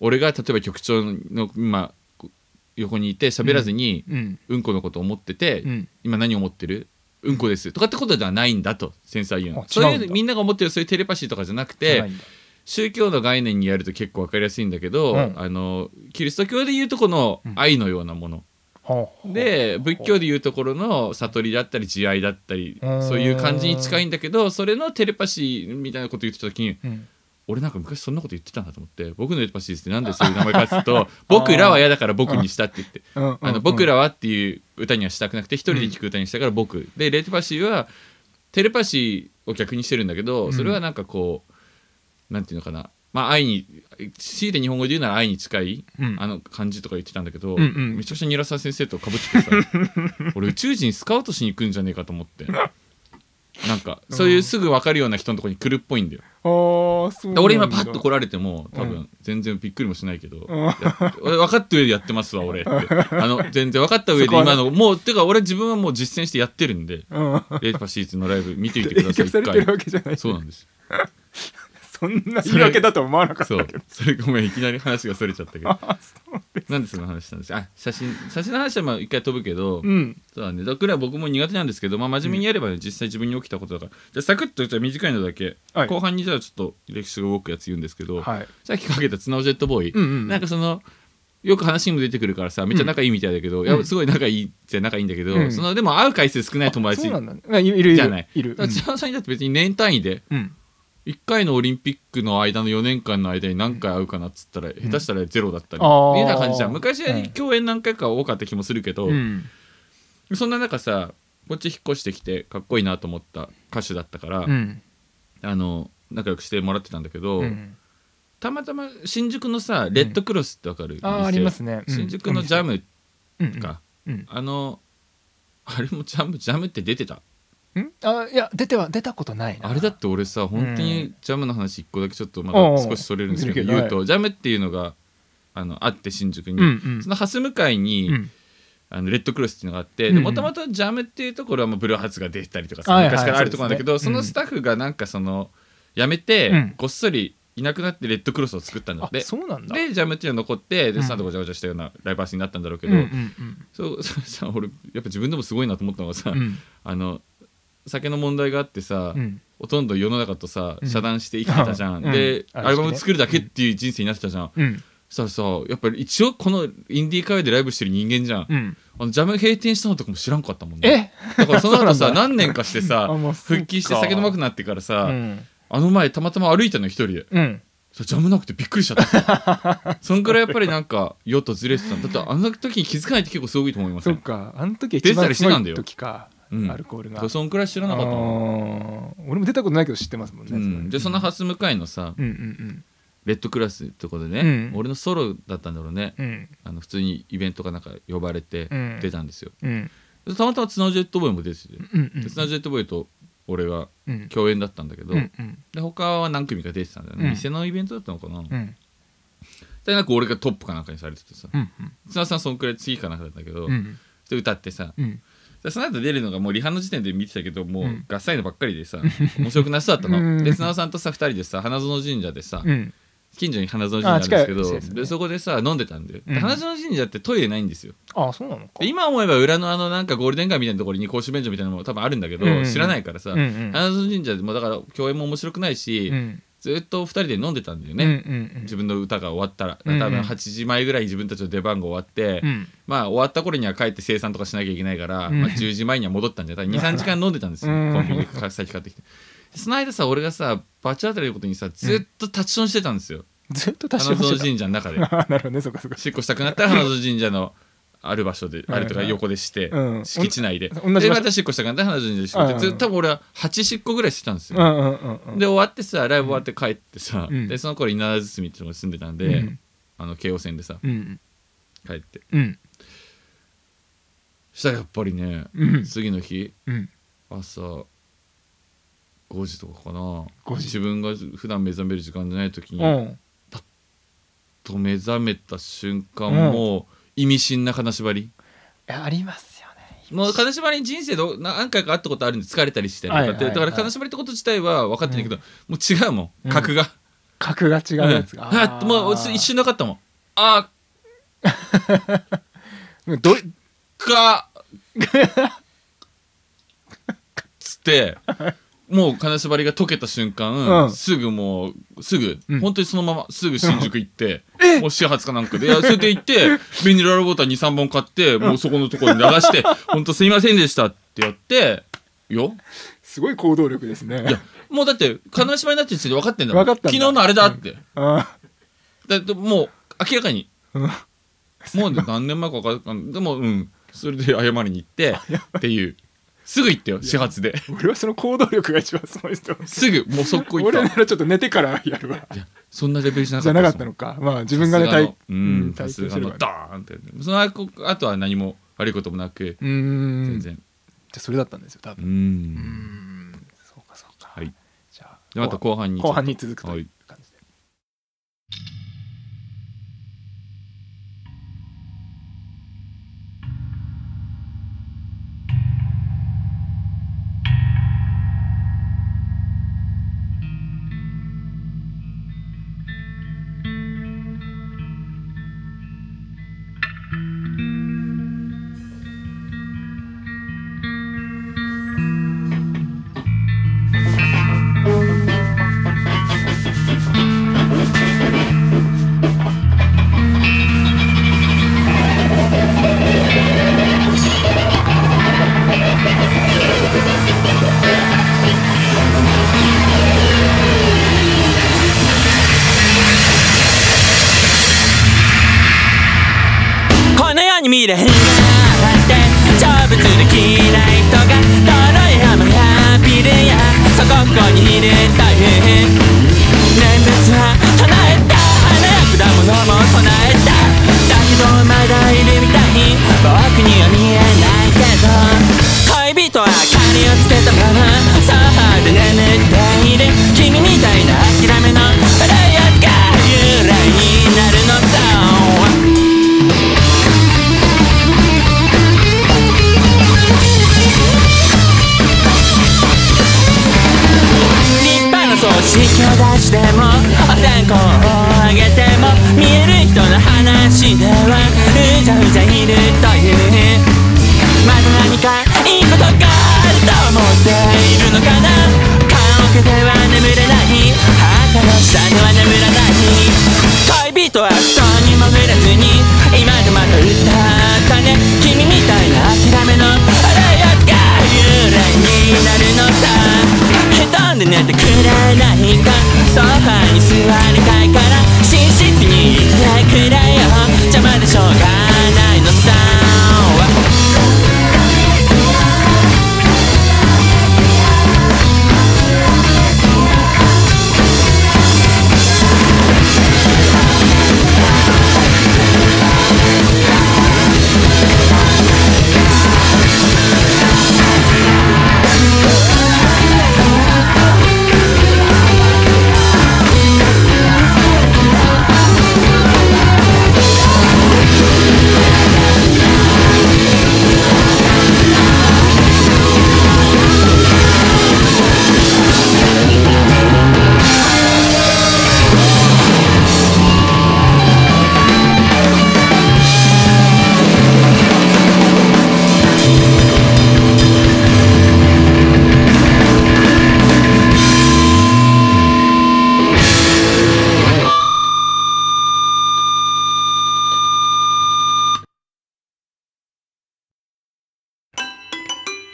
S5: 俺が例えば局長の今こ横にいて喋らずに
S4: うん
S5: うんこのことを思ってて、
S4: うん
S5: 今何を思ってるうんこですとかってことではないんだと先生は言う
S4: あ
S5: の
S4: 違うん
S5: そ
S4: だ
S5: ういうみんなが思ってるそういうテレパシーとかじゃなく
S4: じゃ
S5: て
S4: ないんだ
S5: 宗教の概念にやると結構わかりやすいんだけど、
S4: うん
S5: あのキリスト教でいうとこの
S4: うん
S5: 愛のようなもの、
S4: はあ
S5: で仏教でいうところの悟りだったり慈愛だったり
S4: うん
S5: そういう感じに近いんだけどそれのテレパシーみたいなこと言ってた時に
S4: うん
S5: 俺なんか昔そんなこと言ってたなと思って僕のテレパシーってなんでそういう名前かっつ
S4: <laughs>
S5: うと「僕らは嫌だから僕にした」って言って
S4: うんうん
S5: あの僕らはっていう歌にはしたくなくて一人で聴く歌にしたから僕、でレテパシーはテレパシーを逆にしてるんだけどそれはなんかこう、なんていうのかなまあ愛に強いて日本語で言うなら愛に近い、
S4: うん
S5: あの感じとか言ってたんだけど、
S4: うんうん
S5: めちゃくちゃ韮沢先生とかぶっててさ
S4: <laughs>
S5: 俺宇宙人スカウトしに行くんじゃねえかと思ってなんかそういうすぐ分かるような人のとこに来るっぽいんだよ
S4: あーそうなん
S5: で
S4: だ
S5: 俺今パッと来られても多
S4: う
S5: 分全然びっく <laughs> りもしないけど、
S4: ん
S5: や俺分かった上でやってますわ俺
S4: <laughs>
S5: ってあの全然分かった上
S4: そ
S5: で
S4: こはね
S5: 今の、もうてか俺自分はもう実践してやってるんで
S4: うん
S5: レイパシーズのライブ見てみてくだ
S4: 影
S5: さい
S4: 響さ
S5: 一
S4: れてるわ
S5: 回
S4: けじゃ <laughs> ない
S5: そうなんです
S4: そんな言い訳だとは <laughs> 思わなかっ
S5: そ
S4: た
S5: う
S4: けど
S5: それごめんいきなり話がそれちゃったけどなんでその話したんですかあ写真写真の話はまあ一回飛ぶけど、
S4: うん
S5: そうだねだから僕も苦手なんですけど、まあ、真面目にやれば、ね実際自分に起きたことだからじゃあサクッとじゃあ短いのだけ、
S4: はい
S5: 後半にじゃあちょっと歴史が動くやつ言うんですけど、
S4: はい
S5: さっきかけた綱尾ジェットボーイ、
S4: うんうん
S5: なんかそのよく話にも出てくるからさめっちゃ仲いいみたいだけど、いやすごい仲いいじゃ仲いいんだけど、
S4: うん
S5: そのでも会う回数少ない友
S4: そ
S5: 達
S4: うなんだねあいるいる
S5: じゃない
S4: いる
S5: だから千葉さんにだって別に年単位で
S4: うん
S5: 1回のオリンピックの間の4年間の間に何回会うかなっつったら、下手したらゼロだったり、
S4: あー
S5: みたいな感じじゃん昔は
S4: うん
S5: 共演何回か多かった気もするけど、
S4: うん
S5: そんな中さこっち引っ越してきてかっこいいなと思った歌手だったから、
S4: うん
S5: あの仲良くしてもらってたんだけど、
S4: うん
S5: たまたま新宿のさレッドクロスってわかる、
S4: あー
S5: 店
S4: ありますねうん
S5: 新宿のジャム
S4: うん
S5: か、
S4: うん
S5: あのあれもジャムジャムって出てた
S4: うんあいや出ては出たことないな
S5: あれだって俺さ本当にジャムの話一個だけちょっとま
S4: おうお
S5: だ
S4: う
S5: 少しそれるんですけ
S4: ず
S5: ど
S4: るいけど
S5: 言うと、ジャムっていうのがあのあって新宿に、
S4: うんうん
S5: その蓮向かいに、
S4: うん
S5: あのレッドクロスっていうのがあって
S4: うんうん
S5: もともとジャムっていうところはまあブルーハーツが出てたりとかさ
S4: はいはい
S5: 昔からあるところなんだけど
S4: そ
S5: そう
S4: で
S5: の
S4: すね
S5: スタッフがなんかその辞めて、
S4: うん
S5: こっそりいなくなってレッドクロスを作ったんだ
S4: あ
S5: って
S4: そうなんだ
S5: でジャムっていうの残って
S4: う
S5: で
S4: ん
S5: スタンドごちゃごちゃしたようなライブハウスになったんだろうけ
S4: うん
S5: ど、
S4: うんうん
S5: そうそさ俺やっぱ自分でもすごいなと思ったのがさ、
S4: うん
S5: あの酒の問題があってさ、
S4: うん
S5: ほとんど世の中とさ
S4: うん
S5: 遮断して生きてたじゃん、
S4: うん
S5: で、
S4: うん
S5: アルバム作るだけっていう人生になってたじゃん、
S4: うん
S5: そしたらさやっぱり一応このインディー界でライブしてる人間じゃん、
S4: うん
S5: あのジャム閉店したのとかも知らんかったもんね
S4: え
S5: だからその後
S4: そう
S5: さ
S4: なんだ
S5: 何年かしてさ
S4: あもうそっか
S5: 復帰して酒飲まくなってからさ、
S4: うん
S5: あの前たまたま歩いたの一人で
S4: うん
S5: そうジャムなくてびっくりしちゃった
S4: <laughs>
S5: そんくらいやっぱりなんか世とずれてたんだってあの時に気づかないって結構すごいと思いませ
S4: そ
S5: ん
S4: っかあの時は
S5: 出て
S4: 一番
S5: たりしてたんだ
S4: 強い
S5: よ
S4: 時か
S5: うん
S4: アルコールが
S5: そうそんくらい知らなかったもん、
S4: あー俺も出たことないけど知ってますもんね
S5: うん、でそのハス向かいのさ、
S4: うんうん
S5: レッドクラスってことでね、
S4: うん
S5: 俺のソロだったんだろうね、
S4: うんうん
S5: あの普通にイベントかなんか呼ばれて
S4: うん
S5: 出たんですよ、
S4: うん
S5: でたまたまツナジェットボーイも出てて、
S4: うん
S5: でツナジェットボーイと俺が
S4: うん
S5: 共演だったんだけど、
S4: うんうん
S5: で他は何組か出てたんだよね、
S4: うん
S5: 店のイベントだったのかな、
S4: うんうん
S5: でなんか俺がトップかなんかにされててさ
S4: うん
S5: ツナさんそんくらい次かなんかだったけど、
S4: うん
S5: で歌ってさ
S4: うん
S5: でその後出るのがもうリハの時点で見てたけどもう
S4: うん
S5: 合切のばっかりでさ、面白くなさそうだった
S4: う
S5: の。
S4: ん
S5: で砂尾さんとさ2人でさ花園神社でさ、
S4: うん
S5: 近所に花園神社なんですけど
S4: あ近い
S5: で
S4: ですね
S5: そこでさ飲んでたんで,で、
S4: うん
S5: 花園神社ってトイレないんですよ
S4: あそうなのか
S5: で今思えば裏のあのなんかゴールデン街みたいなところに公衆便所みたいなのも多分あるんだけど、
S4: うん
S5: 知らないからさ、
S4: うんうん
S5: 花園神社でもだから共演も面白くないし、
S4: うん
S5: ずっと2人で飲んでたんだよ
S4: うん
S5: ね、
S4: うん
S5: 自分の歌が終わったら
S4: うんうん
S5: 多分8時前ぐらいに自分たちの出番が終わって、
S4: うん
S5: まあ終わった頃には帰って生産とかしなきゃいけないから、
S4: うん
S5: まあ、10時前には戻ったんだよ23時間飲んでたんですよ、
S4: うん
S5: コンビニでか先買ってきてでその間さ俺がさバチ当たりのことにさずっと立ちションしてたんですよ、
S4: ずっと足し
S5: 花園
S4: 合
S5: 神社の中で
S4: た <laughs> あなるほどねそうかそうか
S5: しっこしたくなったら花園神社のある場所であるとか横でして、
S4: うん
S5: 敷地内で
S4: 同じ場所
S5: でまたしっこしたくなったら花園神社でして、
S4: うん
S5: ずっと多分俺は8しっこぐらいしてたんです
S4: う
S5: よ、
S4: んうんうんうん
S5: で終わってさライブ終わって帰ってさ、
S4: うん
S5: でその頃稲田堤ってとこに住んでたんで、
S4: うん
S5: あの京王線でさ
S4: うん
S5: 帰って
S4: うん
S5: したらやっぱりね、
S4: うん
S5: 次の日
S4: うん
S5: 朝5時とかかな
S4: 5時
S5: 自分が普段目覚める時間じゃない時に、
S4: うん
S5: と目覚めた瞬間
S4: うん
S5: もう意味深な金縛り
S4: いやありますよ
S5: もう金縛りに人生で何回か会ったことあるんで疲れたりしたりとかって、
S4: はいはいはい
S5: だから金縛りってこと自体は分かってるけど、もう違うもん格が、
S4: 格が違うやつが、
S5: うんあもう一瞬なかったもんあ
S4: 瞬ど
S5: かつってもう金縛りが解けた瞬間、
S4: うん
S5: すぐもうすぐ、
S4: うん
S5: 本当にそのまますぐ新宿行って、もう始発かなんかでいやそれで行ってビニラルウォーター23本買ってもうそこのところに流して
S4: <laughs>
S5: 「本当すいませんでした」ってやってよ
S4: すごい行動力ですね
S5: いやもうだって金縛りになってる時点で分かってんだもん
S4: 分かったんだ
S5: 昨日のあれだって、
S4: あ
S5: だってもう明らかに
S4: <laughs> うん
S5: もう何年前か分かんないでもうんそれで謝りに行ってっていうすぐ行ったよ始発で
S4: 俺はその行動力が一番すごい人
S5: すぐもう速攻行っ
S4: 俺
S5: た
S4: ならちょっと寝てからやるわ
S5: いやそんなレベルじゃな
S4: じ
S5: か
S4: ゃ
S5: った
S4: なかったのかまあ自分がね
S5: さすがの
S4: 体
S5: うんさ
S4: 体
S5: す
S4: 験
S5: が
S4: してる
S5: の
S4: からね
S5: ダーンってそのあこあとは何も悪いこともなく
S4: うーん
S5: 全
S4: じゃ
S5: 然
S4: あそれだったんですよ多
S5: う
S4: 分
S5: ん
S4: うーんそうかそうか
S5: はい
S4: じゃ
S5: でまた
S4: あ
S5: 後半に
S4: 後半に続くと
S5: はいいう
S4: 感じで
S6: この世に見れへんがって成仏できない人がどのやもハッピーでやそこここにいる大変念仏は唱えた花や果物も唱えただけどまだいるみたい僕には見えないけど恋人は鍵をつけたままソファーで眠っている君みたいな諦めの笑いやが由来になるのさ立派な葬式を出してもお線香をあげても見える人の話ではうじゃうじゃいるというまだ何かいいことがあると思っているのかな棺桶では眠れない墓の下では眠らない恋人は布団にも触れずに今でまた歌ったね君みたいな諦めの笑いやが幽霊になるのさ布団で寝てくれないかソファに座りたいから寝室に行ってくれよ邪魔でしょうがないのさ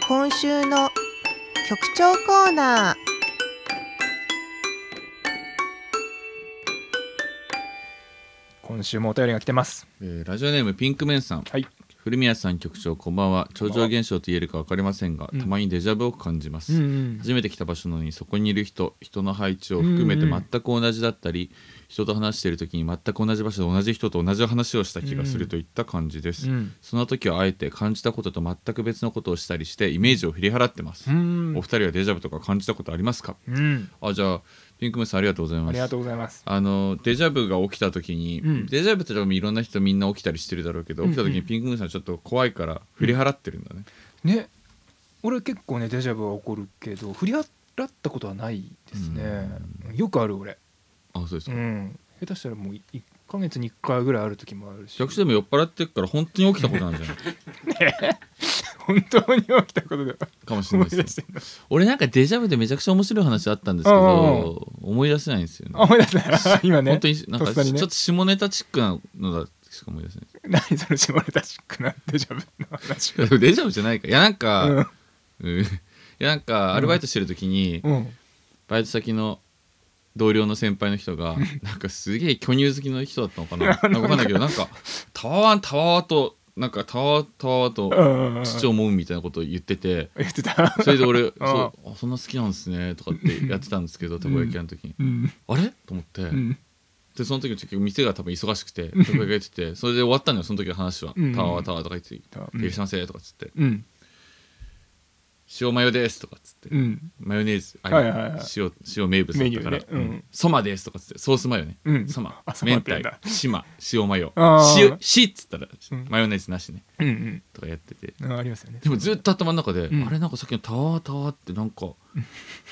S3: 今週の局長コーナー
S4: 今週もお便りが来てます
S5: えーラジオネームピンクメンさん
S4: はい
S5: 古宮さん局長こんばんは超常現象と言えるか分かりませんが、
S4: うん
S5: たまにデジャブを感じます、
S4: ん
S5: 初めて来た場所なのにそこにいる人人の配置を含めて
S4: うんう
S5: 全く
S4: ん
S5: 同じだったり、人と話している時に全く同じ場所で同じ人と同じ話をした気がするといった感じです、
S4: うん
S5: その時はあえて感じたことと全く別のことをしたりしてイメージを振り払ってます、
S4: うん
S5: お二人はデジャブとか感じたことありますか
S4: うん
S5: あじゃあピンクムースありがとうござい
S4: あ
S5: ま
S4: り
S5: す
S4: がとうございます
S5: あのデジャブが起きた時に、
S4: うん
S5: デジャブって多分いろんな人みんな起きたりしてるだろうけど
S4: うんう
S5: 起
S4: ん
S5: きた時にピンクムーンさんちょっと怖いから振り払ってるんだね、
S4: ね俺結構ねデジャブは起こるけど振り払ったことはないですねよくある俺
S5: あそうです
S4: う
S5: か、
S4: ん下手したらもう1ヶ月に1回ぐらいある時もあるし
S5: 逆にでも酔っ払ってるから本当に起きたことなんじゃ
S4: <laughs>
S5: ない
S4: 本当に起きたことで
S5: かもしれ
S4: 思
S5: ないいで
S4: 出し
S5: す
S4: て
S5: ね
S4: んの
S5: 俺なんかデジャブでめちゃくちゃ面白い話あったんですけど思い出せないんですよね
S4: あ思い出した今ね
S5: 本当になん
S4: と
S5: か
S4: っさ
S5: ち
S4: に
S5: ょ
S4: ね
S5: っと下ネタチックなのだしか思い出せない
S4: 何それ絞れたしくなデジャブの話
S5: いやでもデジャブじゃないかいやなんか、
S4: うん
S5: うんいやなんかアルバイトしてる時に、
S4: うん
S5: バイト先の同僚の先輩の人がなんかすげえ巨乳好きの人だったのかななんかわかんないけどなんかたわわんたわわとなんかたわわたわわ
S4: う
S5: と
S4: んうんうん
S5: 父を思うみたいなことを言ってて
S4: 言ってた
S5: それで俺そうあそんな好きなんですねとかってやってたんですけどたこ焼き屋の時に
S4: うん
S5: あれと思って
S4: うん
S5: でその時の店が多分忙しくてたこ焼き屋やっててそれで終わったのよその時の話は
S4: うん
S5: たわわたわわとか言って
S4: う
S5: 「
S4: ん
S5: いらっしゃいませ」とかっつって
S4: うん
S5: 「塩マヨです」とかっつって
S4: うん
S5: マヨネーズ、あ
S4: はいはいはい
S5: 塩塩名物だったから、
S4: メニューねうん
S5: ソマですとかっつってソースマヨね、
S4: うん
S5: ソマ
S4: あソマ
S5: 明
S4: って言うん
S5: 太
S4: だ
S5: シマ塩マヨ
S4: あー
S5: 塩しっつったら、
S4: ん
S5: マヨネーズなしね
S4: うん
S5: とかやってて
S4: うんありますよね
S5: でもずっと頭の中で、
S4: うん
S5: あれなんかさっきのタワータワーってなん
S4: <laughs>
S5: か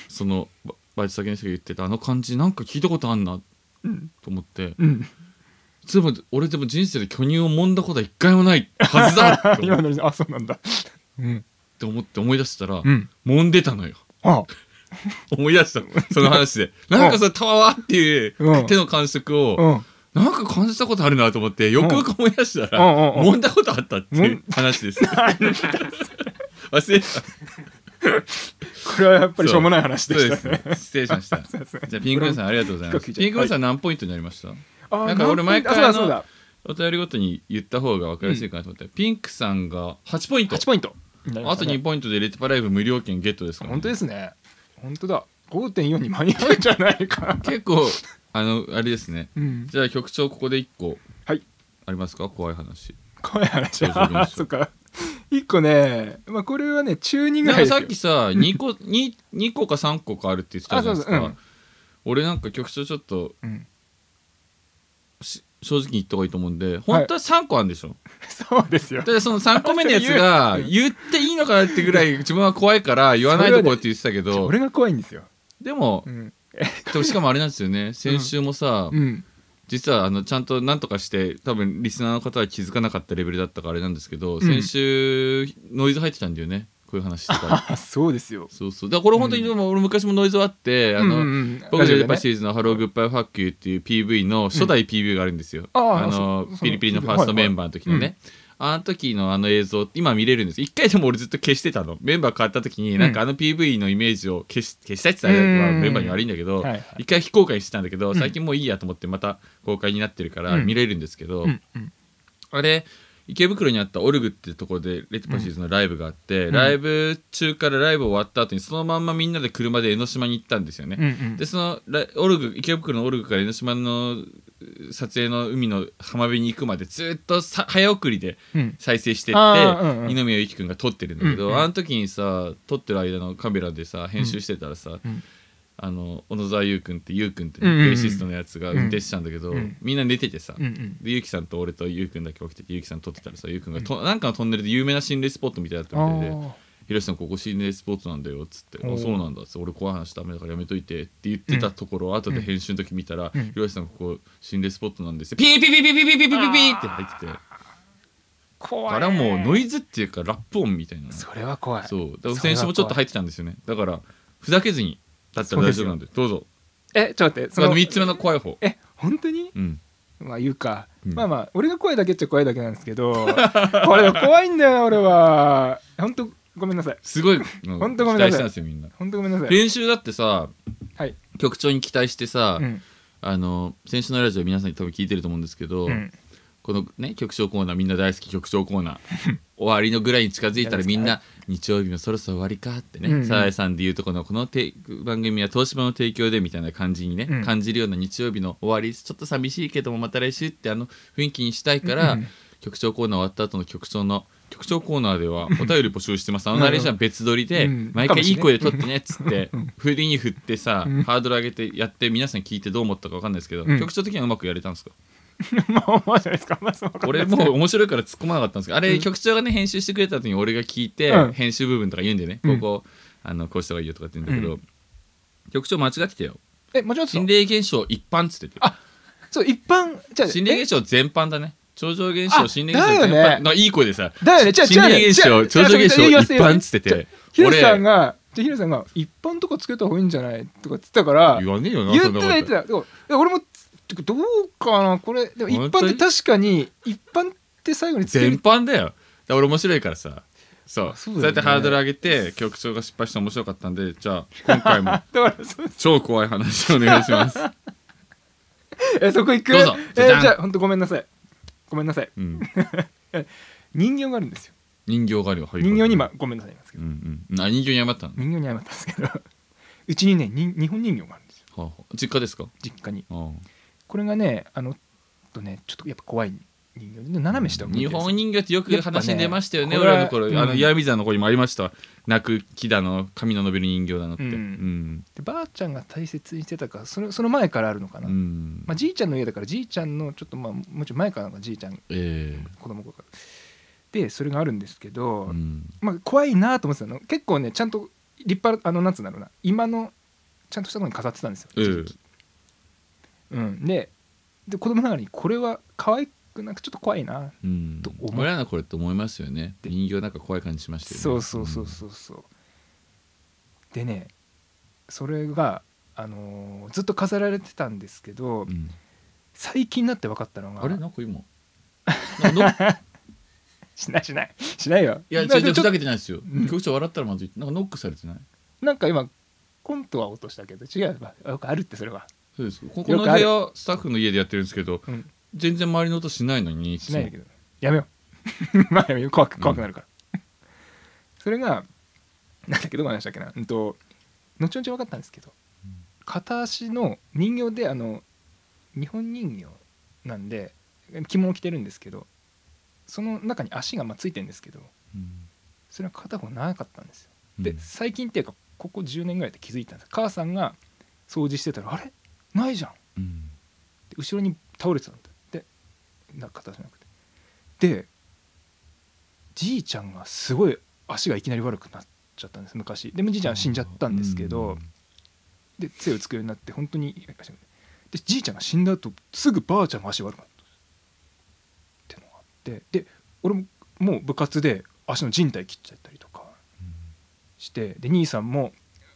S5: そのババイト先の人が言ってたあの感じなんか聞いたことあんな
S4: うん
S5: と思って、
S4: うん
S5: でも俺でも人生で巨乳を揉んだことは一回もないはずだと思
S4: <laughs> 今
S5: っ
S4: のあそうなんだうん
S5: て思って思い出したら、
S4: うん
S5: 揉んでたのよ
S4: あ
S5: 思い出したのその話
S4: <laughs>
S5: でなんかさタワーっていう
S4: うん
S5: 手の感触を、
S4: うん
S5: なんか感じたことあるなと思って、よくよく思い出したら、
S4: うんうんうんうん
S5: 揉んだことあったっていう話
S4: <laughs>
S5: です。忘れてた。
S4: これはやっぱりしょうもない話でし
S5: そ
S4: た
S5: う
S4: ね
S5: です失礼しま
S4: <laughs>
S5: した。
S4: そうですね
S5: じゃあ、ピンクムーンさんありがとうございま
S4: 深く
S5: す。
S4: 聞いちゃった
S5: ピンクムーンさん何ポイントになりました
S4: あ
S5: なんか俺毎回
S4: あそうだそ
S5: お
S4: うだ
S5: 便りごとに言った方が分かりやすいかなと思って、ピンクさんが8ポイント。
S4: 8ポイント
S5: あと2ポイントでレテパライブ無料券ゲットですからね、
S4: 本当ですね本当だ5.4に間に合うんじゃないか
S5: 結構、あの、あれですね。
S4: うん
S5: じゃあ、局長、ここで1個。
S4: はい
S5: ありますか怖い話。
S4: 怖い話
S5: そうそうそう
S4: あそっか一個ねまあこれはね中2ぐ
S5: なん
S4: らい
S5: か
S4: です
S5: さ
S4: よ
S5: っきさ2個 2, 2個か3個かあるって言ってたじゃないですか、
S4: あそうそううん
S5: 俺なんか局長ちょっと
S4: うん
S5: し正直に言った方がいいと思うんで本当は3個あるんでしょ、
S4: そうですよ
S5: ただその3個目のやつが
S4: それ
S5: 言っていいのかなってぐらい自分は怖いから言わないでこうって言ってたけど、
S4: 俺が怖いんですよ
S5: でも
S4: う、ん
S5: でもしかもあれなんですよね先週もさ、
S4: うん
S5: 実はあのちゃんとなんとかして多分リスナーの方は気づかなかったレベルだったからあれなんですけど、
S4: ん
S5: 先週ノイズ入ってたんだよねこういう話してたら
S4: あそうですよ
S5: そうそうだからこれ本当にでも俺昔もノイズはあって、あの、
S4: うんうんうん
S5: 僕
S4: ラジ
S5: のや
S4: オで
S5: っぱ
S4: ね
S5: シリーズの「ハローグッバイファッキュー」っていう PV の初代 PV があるんですよ、
S4: ああ
S5: あの
S4: そそ
S5: ピリピリのファーストメンバーの時のね、
S4: はいは
S5: あの時のあの映像今見れるんです一回でも俺ずっと消してたのメンバー変わった時になんかあの PV のイメージを消し消したいって言ったら
S4: うん
S5: メンバーに悪いんだけど、
S4: はいはい
S5: 一回非公開にしてたんだけど最近もういいやと思ってまた公開になってるから
S4: うん
S5: 見れるんですけど、
S4: うんうん
S5: あれ池袋にあったオルグってところでレティパシーズのライブがあって、ライブ中からライブ終わった後にそのまんまみんなで車で江ノ島に行ったんですよね、
S4: うんうん
S5: でそのラオルグ池袋のオルグから江ノ島のう撮影の海の浜辺に行くまでずっとさ早送りで
S4: うん
S5: 再生してって、
S4: あーうんうん
S5: 二宮ゆきくんが撮ってるんだけど、
S4: うんうん
S5: あの時にさ撮ってる間のカメラでさ編集してたらさ、
S4: ん
S5: あの小野沢優くんって優くんって
S4: うんうんうん
S5: ベーシストのやつが運転してたんだけど、
S4: うん
S5: みんな寝ててさ、
S4: うんうん
S5: でゆきさんと俺とゆうくんだけ起きててゆうきさん撮ってたらさゆうくんがと、なんかのトンネルで有名な心霊スポットみたいだったみたいで
S4: あ
S5: 「ひろしさんここ心霊スポットなんだよ」っつって「
S4: お
S5: あ
S4: ー
S5: そうなんだ」っつって「俺怖い話ダメだからやめといて」って言ってたところ、後で編集の時見たら「ひろしさんここ心霊スポットなんですよ」ピーピーピーピーピーピーピーピーピーって入っててだ
S4: 怖い
S5: からもうノイズっていうかラップ音みたいな
S4: それは怖い
S5: そうだから先週もちょっと入ってたんですよねだからふざけずにだったら大丈夫なんでどうぞ
S4: えちょっと待って
S5: その3つ目の怖い方
S4: え本当に
S5: うん
S4: まあ言うか、
S5: うん
S4: まあまあ俺が声だけっちゃ声だけなんですけど <laughs> これ怖いんだよな俺は本当ごめんなさい
S5: すごい
S4: ほ
S5: 本
S4: んとごめんなさい
S5: したんですよみんな
S4: 本当ごめんなさい
S5: 練習だってさ
S4: はい、 <laughs>
S5: 局長に期待してさ、
S4: うん
S5: あの先週のラジオ皆さんに多分聞いてると思うんですけど、
S4: うん
S5: このね局長コーナーみんな大好き局長コーナ
S4: <laughs>
S5: ー終わりのぐらいに近づいたらみんな日曜日もそろそろ終わりかってね、
S4: うんうん
S5: サザエさんでいうとこのこのて番組は東芝の提供でみたいな感じにね、
S4: うん
S5: 感じるような日曜日の終わりちょっと寂しいけどもまた来週ってあの雰囲気にしたいから、局長コーナー終わった後の局長の局長コーナーではお便り募集してますあのナレーションは別撮りで
S4: うん
S5: 毎回いい声で撮ってねっつって振りに振ってさ
S4: うん
S5: ハードル上げてやって皆さん聞いてどう思ったか分かんないですけど
S4: うん
S5: 局長的にはうまくやれたんですか
S4: まあ、まあじゃないですか。まあ、そうわかんな
S5: 俺
S4: いですけ
S5: も
S4: ど
S5: う面白いから突っ込まなかったんですけどあれ局長がね編集してくれた後に俺が聞いて
S4: うん
S5: 編集部分とか言うんでね
S4: う
S5: こ
S4: ん
S5: こあのこうした方がいいよとかって言うんだけ
S4: う
S5: ど局長間違ってたよ
S4: え、間違ってた
S5: 心。霊現象一般っつってて
S4: そう、一般、じゃあ
S5: 心霊現象全般だね超常現象
S4: あ
S5: 心霊現象全般
S4: だよね
S5: なんかいい声でさ
S4: えだよね、じゃあ、じ
S5: 心
S4: ゃあ
S5: 霊
S4: ね、
S5: 現
S4: じゃ
S5: 象
S4: あ
S5: 超常現象
S4: じゃあ
S5: 一
S4: それ言わせて
S5: 般っつってて
S4: ヒデ
S5: 俺
S4: さんが、じゃあヒデさんが、一般とかつけた方がいいんじゃないとかっつったから、
S5: 言わねえよな
S4: 言
S5: そ
S4: っ
S5: ん
S4: て
S5: な
S4: た
S5: こと
S4: 言ってた。でもでも俺も、てかどうかな、これ、でも一
S5: 本当
S4: 般っ
S5: に
S4: て確かに、一般って最後につけ
S5: 全
S4: る。
S5: 般だよだから俺面白いからさそうそ,、
S4: そううだよね
S5: やってハードル上げて局長が失敗して面白かったんでじゃあ今回
S4: <laughs>
S5: も
S4: だから、そう
S5: 超怖い話をお願いします
S4: <laughs> え、そこ行く
S5: どうぞじ
S4: え
S5: ゃじゃん
S4: じゃあ、ほんとごめんなさい。ごめんなさい。
S5: うん
S4: 人形があるんですよ。
S5: 人形狩りは入
S4: 人形に、今、ごめんなさいなんですけ
S5: う
S4: ど、
S5: んうん、あ人形に謝ったの、
S4: 人形に謝ったんですけど、うちにね、に日本人形があるんですよ。
S5: はあはあ実家ですか
S4: 実家に。
S5: あ
S4: これがねあのとねちょっとやっぱ怖い人形で斜め下
S5: あ
S4: を向いて
S5: 日
S4: るんですよ
S5: 本人形ってよく話に出ましたよね
S4: やっぱね
S5: 俺らの頃、
S4: これは
S5: あ
S4: う
S5: の
S4: ん
S5: 闇座の子にもありましたわ泣く木だの髪の伸びる人形だのって
S4: うん
S5: うん
S4: でばあちゃんが大切にしてたからそのその前からあるのか
S5: う
S4: な、
S5: ん
S4: まあ、じいちゃんの家だからじいちゃんのちょっとまあもちろん前からなんかじいちゃん
S5: ええ
S4: 子供の頃からでそれがあるんですけど、
S5: うん
S4: まあ怖いなと思ってたの結構ねちゃんと立派なあのなんつうんだろうな今のちゃんとしたとこに飾ってたんですよ、
S5: ええ
S4: うん、でで子供ながらにこれは可愛くなくちょっと怖いな
S5: うん
S4: と、思う
S5: 俺らの頃って思いますよね人形なんか怖い感じしましたよね
S4: そうそうそうそうそうでねそれが、あのーずっと飾られてたんですけど、
S5: うん、うん
S4: 最近になって分かったのが
S5: あれなんか今なのい
S4: <laughs> しないしないしないよ
S5: や違う
S4: な
S5: 違う
S4: でち
S5: ふ
S4: ょっ
S5: ざ
S4: と
S5: けてないですよ
S4: うん
S5: 局長笑ったらまずいなんかノックされてない
S4: なんか今コントは落としたけど違うわよくあるってそれは
S5: そうですここ
S4: よ
S5: の
S4: くあ
S5: 部
S4: る
S5: 屋スタッフの家でやってるんですけど、
S4: うん
S5: 全然周りの音しないのに
S4: しないんだけどやめよう <laughs> まあやめよう怖く怖くなるから、それがなんだっけどこの話だっけなうんと後々分かったんですけど片足の人形であの日本人形なんで着物着てるんですけどその中に足がまあついてるんですけど
S5: うん
S4: それは片方なかったんですよ、
S5: う
S4: で
S5: ん
S4: 最近っていうかここ10年ぐらいで気づいたんです母さんが掃除してたら「あれないじゃん」
S5: うん
S4: で後ろに倒れてたんだでな片足なくてでじいちゃんがすごい足がいきなり悪くなっちゃったんです昔でもじいちゃんは死んじゃったんですけど、で杖をつくようになって本当にでじいちゃんが死んだ後すぐばあちゃんが足悪くなったってのがあってで俺ももう部活で足の靭帯切っちゃったりとかしてで兄さんも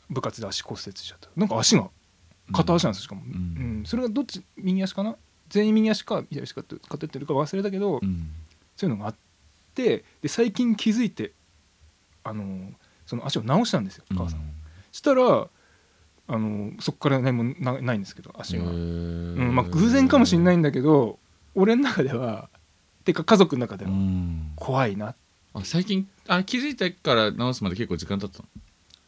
S4: 部活で足骨折しちゃったなんか足が片足なんですよしかも、うんんそれがどっち右足かな全員右足か左足かって片ってるか忘れたけど、
S5: うんうん、
S4: そういうのがあってで最近気づいてあのその足を直したんですよ母さんがしたらあのそこから何もなないんですけど足が、うんまあ、偶然かもしれないいんだけど俺の中ではてか家族の中で
S5: う
S4: は
S5: ん
S4: 怖いな、
S5: あ最近あ気づいてから直すまで結構時間経ったの